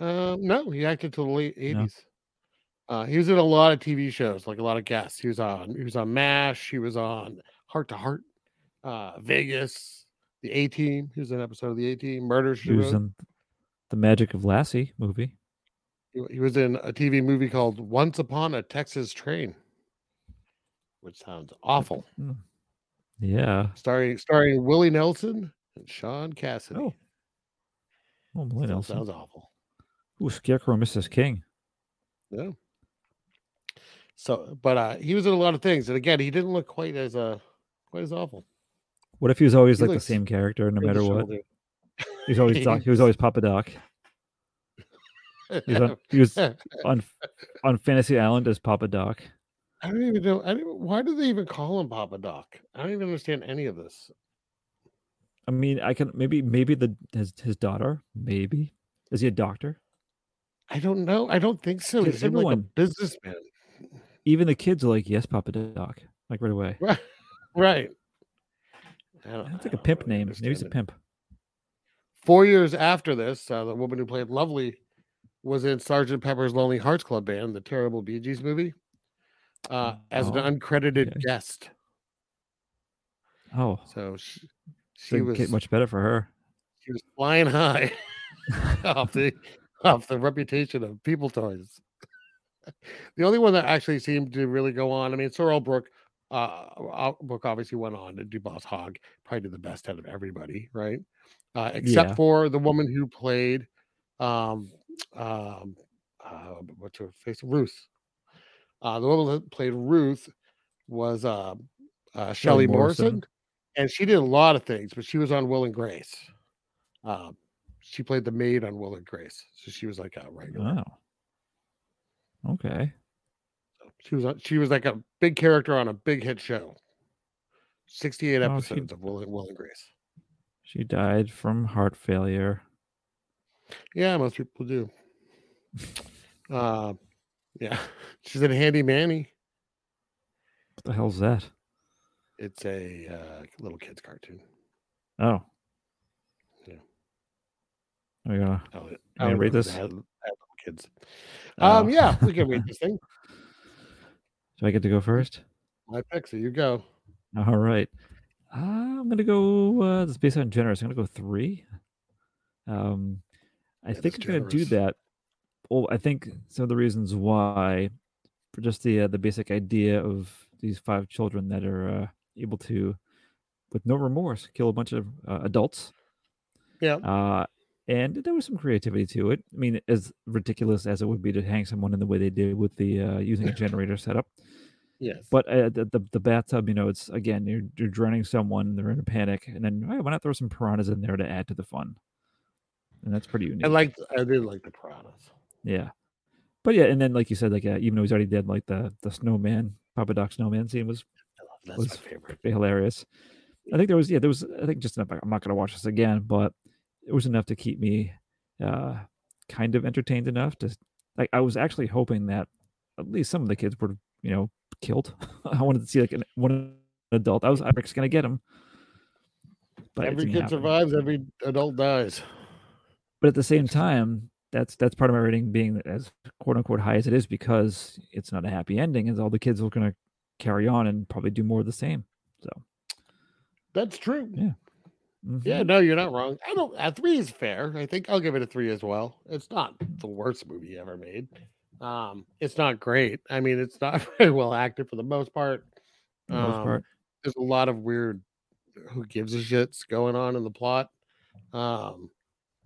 Speaker 2: um no, he acted till the late eighties. Uh, he was in a lot of TV shows, like a lot of guests. He was on he was on MASH, he was on Heart to Heart, uh, Vegas, the A Team. He was in an episode of the A Team, Murder She
Speaker 3: He was
Speaker 2: Wrote.
Speaker 3: in the Magic of Lassie movie.
Speaker 2: He- he was in a TV movie called Once Upon a Texas Train, which sounds awful.
Speaker 3: Yeah.
Speaker 2: Starring starring Willie Nelson and Sean Cassidy.
Speaker 3: Oh. Oh, Blaine
Speaker 2: Still
Speaker 3: Nelson.
Speaker 2: Sounds awful.
Speaker 3: Ooh, Scarecrow and Mrs. King.
Speaker 2: Yeah. So, but uh, he was in a lot of things, and again, he didn't look quite as uh, quite as awful.
Speaker 3: What if he was always
Speaker 2: He
Speaker 3: like the
Speaker 2: looks
Speaker 3: same character no
Speaker 2: Here's
Speaker 3: matter
Speaker 2: the
Speaker 3: what?
Speaker 2: shoulder.
Speaker 3: He was always doc, he was always Papa Doc. He was on, he was on on Fantasy Island as Papa Doc.
Speaker 2: I don't even know. I don't, why do they even call him Papa Doc? I don't even understand any of this.
Speaker 3: I mean, I can maybe maybe the his, his daughter maybe is he a doctor?
Speaker 2: I don't know. I don't think so.
Speaker 3: Dude,
Speaker 2: He's like a
Speaker 3: everyone-
Speaker 2: businessman,
Speaker 3: Even the kids are like, yes, Papa Doc, like right away.
Speaker 2: right? Right. I don't,
Speaker 3: That's
Speaker 2: I
Speaker 3: like a
Speaker 2: don't
Speaker 3: pimp
Speaker 2: really
Speaker 3: name. Maybe he's a
Speaker 2: understand it.
Speaker 3: pimp.
Speaker 2: Four years after this, uh, the woman who played Lovely was in Sergeant Pepper's Lonely Hearts Club Band, the terrible Bee Gees movie, uh, as
Speaker 3: Oh,
Speaker 2: an uncredited
Speaker 3: okay.
Speaker 2: guest.
Speaker 3: Oh,
Speaker 2: So she, she
Speaker 3: didn't
Speaker 2: was
Speaker 3: get much better for her.
Speaker 2: she was flying high off the off the reputation of people toys. the only one that actually seemed to really go on, I mean, Sorrel Brook, uh, Al- Brook obviously went on to do Boss Hog, probably did the best out of everybody, right? Uh, except
Speaker 3: Yeah.
Speaker 2: for the woman who played, um, um, uh, what's her face, Ruth. Uh, the woman that played Ruth was uh, uh, Shelley
Speaker 3: Morrison.
Speaker 2: Morrison, and she did a lot of things, but she was on Will and Grace. Um, she played the maid on Will and Grace, so she was like a regular.
Speaker 3: Wow. Okay. Uh-huh.
Speaker 2: She was on, she was like a big character on a big hit show. Sixty-eight
Speaker 3: Oh, she-
Speaker 2: episodes of Will and, Will and Grace.
Speaker 3: She died from heart failure.
Speaker 2: Yeah, most people do. uh, yeah, she's in Handy Manny.
Speaker 3: What the hell's that?
Speaker 2: It's a uh, little kids cartoon.
Speaker 3: Oh.
Speaker 2: Yeah.
Speaker 3: Oh yeah.
Speaker 2: Oh, it-
Speaker 3: Can I
Speaker 2: oh,
Speaker 3: read
Speaker 2: no,
Speaker 3: this?
Speaker 2: they had- they had little kids.
Speaker 3: Oh.
Speaker 2: Um, yeah, we can read this thing.
Speaker 3: Do I get to go first?
Speaker 2: My pick, so you go.
Speaker 3: All right. Uh, I'm gonna go. Uh, this is based on generous. I'm gonna go three. Um, I
Speaker 2: That
Speaker 3: think
Speaker 2: is
Speaker 3: I'm gonna do
Speaker 2: generous.
Speaker 3: that. Well, I think some of the reasons why, for just the uh, the basic idea of these five children that are uh, able to, with no remorse, kill a bunch of uh, adults.
Speaker 2: Yeah.
Speaker 3: Uh, and there was some creativity to it. I mean, as ridiculous as it would be to hang someone in the way they did with the uh, using a generator setup,
Speaker 2: Yes.
Speaker 3: but uh, the, the the bathtub, you know, it's again you're you're drowning someone, they're in a panic, and then hey, why not throw some piranhas in there to add to the fun? And that's pretty unique.
Speaker 2: I liked I did like the piranhas.
Speaker 3: yeah, but yeah, and then like you said, like uh, even though he's already dead, like the the snowman, Papa Doc snowman scene was
Speaker 2: I love- That's
Speaker 3: Was-
Speaker 2: my favorite.
Speaker 3: pretty hilarious. I think there was yeah there was I think just enough. I'm not gonna watch this again, but it was enough to keep me uh kind of entertained enough to like I was actually hoping that at least some of the kids were you know killed. I wanted to see like an, one adult. I was I was gonna get him. But it
Speaker 2: every
Speaker 3: didn't
Speaker 2: kid
Speaker 3: happen.
Speaker 2: survives, every adult dies.
Speaker 3: But at the same time, that's that's part of my rating being as quote unquote high as it is because it's not a happy ending, and all the kids are gonna carry on and probably do more of the same.
Speaker 2: That's true.
Speaker 3: Yeah. Mhm.
Speaker 2: Yeah, no, you're not wrong. I don't. A three is fair. I think I'll give it a three as well. It's not the worst movie ever made. Um, it's not great. I mean, it's not very well acted for the most part.
Speaker 3: for the most
Speaker 2: Um,
Speaker 3: part.
Speaker 2: There's a lot of weird, who gives a shits going on in the plot. Um,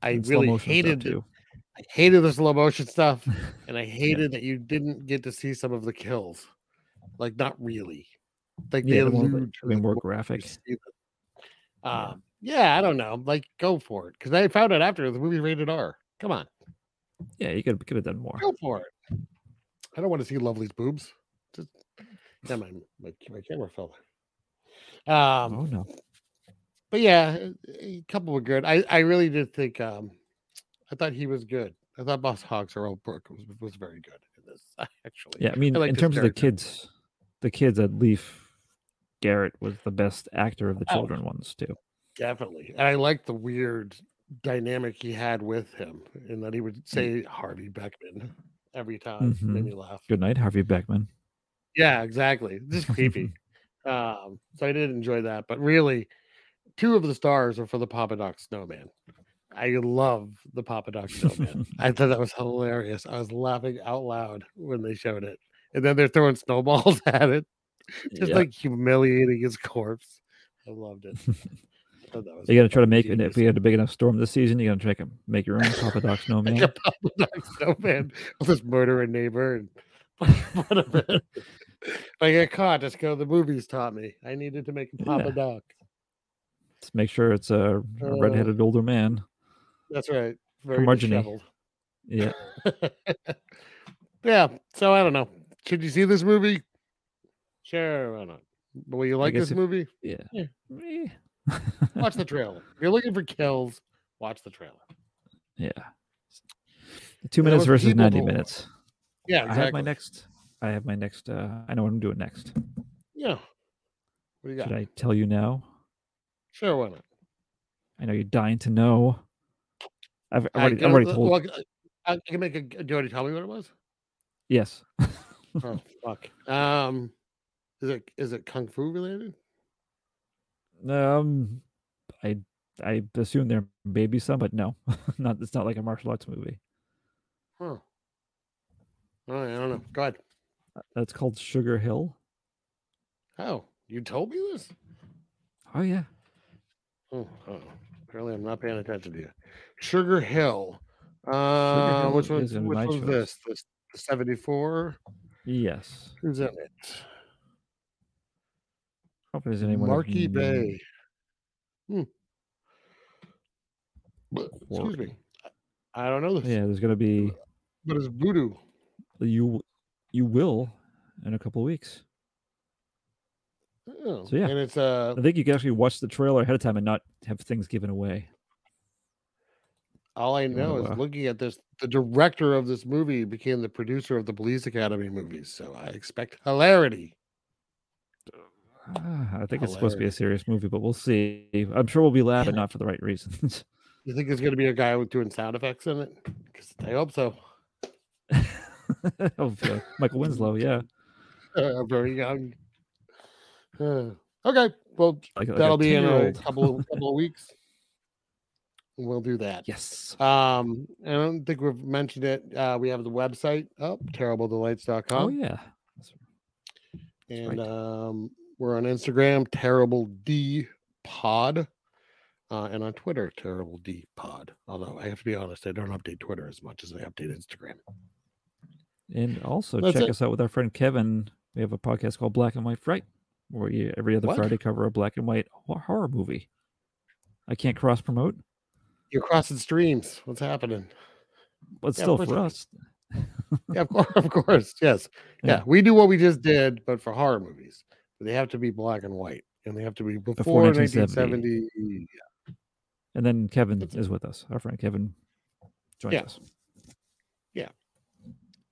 Speaker 2: I
Speaker 3: and slow
Speaker 2: really
Speaker 3: motion stuff,
Speaker 2: hated the-
Speaker 3: too.
Speaker 2: I hated the slow motion stuff, and I hated that you didn't get to see some of the kills. Like, not really. Like
Speaker 3: Yeah,
Speaker 2: they
Speaker 3: the one with,
Speaker 2: allude
Speaker 3: like,
Speaker 2: to
Speaker 3: being
Speaker 2: it
Speaker 3: more
Speaker 2: more than you
Speaker 3: graphic.
Speaker 2: see them. Um, yeah, I don't know. Like, go for it. Because I found out after the movie rated R. Come on,
Speaker 3: Yeah, you could could have done more.
Speaker 2: go for it. I don't want to see Lovely's boobs. Just, yeah, my, my my camera fell. there. Um,
Speaker 3: oh no,
Speaker 2: but yeah, a- a couple were good. I, I really did think um I thought he was good. I thought Boss Hogs or Old Brook was, was very good in this actually.
Speaker 3: yeah. I mean,
Speaker 2: like
Speaker 3: in
Speaker 2: this
Speaker 3: terms of the
Speaker 2: character.
Speaker 3: kids, the kids at Leaf Garrett was the best actor of the
Speaker 2: Oh.
Speaker 3: children ones too.
Speaker 2: Definitely. And I liked the
Speaker 3: Mm.
Speaker 2: weird dynamic he had with him and that he would say Harvey Beckman every time.
Speaker 3: Mhm.
Speaker 2: Made me laugh.
Speaker 3: Good night, Harvey Beckman.
Speaker 2: Yeah, exactly. Just creepy. um, so I did enjoy that, but really, two of the stars are for the Papa Doc Snowman. I love the Papa Doc Snowman. I thought that was hilarious. I was laughing out loud when they showed it, and then they're throwing snowballs at it, just
Speaker 3: Yeah.
Speaker 2: like humiliating his corpse. I loved it. I thought that was
Speaker 3: you got to try to make it.
Speaker 2: genius.
Speaker 3: If you had a big enough storm this season, you got to try to make your own Papa Doc snowman.
Speaker 2: like a Papa Doc Snowman. I'll just murder a neighbor and whatever. if I get caught, just go. The movies taught me. I needed to make a Papa
Speaker 3: Yeah.
Speaker 2: Doc.
Speaker 3: Just make sure it's a, a
Speaker 2: Uh,
Speaker 3: redheaded older man.
Speaker 2: That's right. Very
Speaker 3: Hermione.
Speaker 2: disheveled.
Speaker 3: Yeah,
Speaker 2: yeah. So I don't know. Should you see this movie? Sure, why not? But will you like
Speaker 3: guess
Speaker 2: this
Speaker 3: if-
Speaker 2: movie?
Speaker 3: yeah.
Speaker 2: Yeah.
Speaker 3: Eh.
Speaker 2: Watch the trailer. If you're looking for kills, watch the trailer.
Speaker 3: yeah. Two
Speaker 2: That
Speaker 3: minutes
Speaker 2: was
Speaker 3: versus
Speaker 2: Evil
Speaker 3: ninety
Speaker 2: Door.
Speaker 3: minutes.
Speaker 2: Yeah,
Speaker 3: I have
Speaker 2: exactly.
Speaker 3: my next. I have my next. Uh, I know what I'm doing next.
Speaker 2: Yeah. What do you got?
Speaker 3: Should I tell you now?
Speaker 2: Sure, why not?
Speaker 3: I know you're dying to know. I've I've
Speaker 2: I
Speaker 3: already,
Speaker 2: can-
Speaker 3: I've already
Speaker 2: uh,
Speaker 3: told.
Speaker 2: well, I I can make a. Do you already tell me what it was?
Speaker 3: yes.
Speaker 2: Oh fuck. Um, is it is it kung fu related?
Speaker 3: Um, I I assume there may be some, but no, not. It's not like a martial arts movie.
Speaker 2: Huh. All right, I don't know. Go ahead.
Speaker 3: That's called Sugar Hill.
Speaker 2: Oh, you told me this?
Speaker 3: Oh yeah,
Speaker 2: Oh, oh. Apparently, I'm not paying attention to you. Sugar Hill. Uh,
Speaker 3: Hill
Speaker 2: which one?
Speaker 3: is
Speaker 2: Which
Speaker 3: a nice
Speaker 2: one's
Speaker 3: choice.
Speaker 2: this? This the 74.
Speaker 3: yes.
Speaker 2: Who's in it?
Speaker 3: Hope there's anyone. of
Speaker 2: Marky
Speaker 3: note.
Speaker 2: Bay. Hmm. But- Excuse
Speaker 3: Quarry.
Speaker 2: me. I I don't know this,
Speaker 3: Yeah, there's gonna be
Speaker 2: but it's voodoo.
Speaker 3: you. You will in a couple of weeks.
Speaker 2: Oh,
Speaker 3: So, yeah.
Speaker 2: and it's uh,
Speaker 3: I think you can actually watch the trailer ahead of time and not have things given away.
Speaker 2: All I
Speaker 3: wanna
Speaker 2: know is
Speaker 3: laugh.
Speaker 2: looking at this, the director of this movie became the producer of the Police Academy movies, so I expect hilarity.
Speaker 3: Ah, I think it's supposed to be a serious movie, but we'll see. I'm sure we'll be laughing, not for the right reasons.
Speaker 2: You think there's going to be a guy with doing sound effects in it? 'Cause I hope so.
Speaker 3: of uh, Michael Winslow, yeah.
Speaker 2: Uh, very young. Uh, okay, well
Speaker 3: Like- like a
Speaker 2: that'll be in a
Speaker 3: 10-year-old.
Speaker 2: couple of, couple of weeks. and We'll do that.
Speaker 3: Yes.
Speaker 2: Um, I don't think we've mentioned it. Uh, we have the website Oh, up, terribledelights.com.
Speaker 3: Oh yeah. That's- That's
Speaker 2: and
Speaker 3: right.
Speaker 2: um, we're on Instagram, Terrible D Pod, uh, and on Twitter, Terrible D Pod. Although I have to be honest, I don't update Twitter as much as I update Instagram.
Speaker 3: And also
Speaker 2: That's
Speaker 3: check
Speaker 2: it.
Speaker 3: us out with our friend Kevin. We have a podcast called Black and White Fright, where you every other
Speaker 2: What?
Speaker 3: Friday cover a black and white hor- horror movie. I can't cross promote,
Speaker 2: You're crossing streams. What's happening? Yeah,
Speaker 3: but
Speaker 2: of
Speaker 3: still
Speaker 2: course
Speaker 3: for
Speaker 2: I-
Speaker 3: us,
Speaker 2: Yeah, of course, of course, yes, yeah.
Speaker 3: Yeah.
Speaker 2: We do what we just did, but for horror movies, they have to be black and white, and they have to be before,
Speaker 3: 1970.
Speaker 2: 1970.
Speaker 3: and then Kevin
Speaker 2: That's-
Speaker 3: is with us. Our friend Kevin joins
Speaker 2: Yeah.
Speaker 3: us.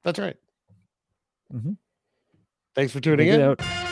Speaker 2: That's right.
Speaker 3: Mhm.
Speaker 2: Thanks for
Speaker 3: We'll
Speaker 2: tuning in.
Speaker 3: get out.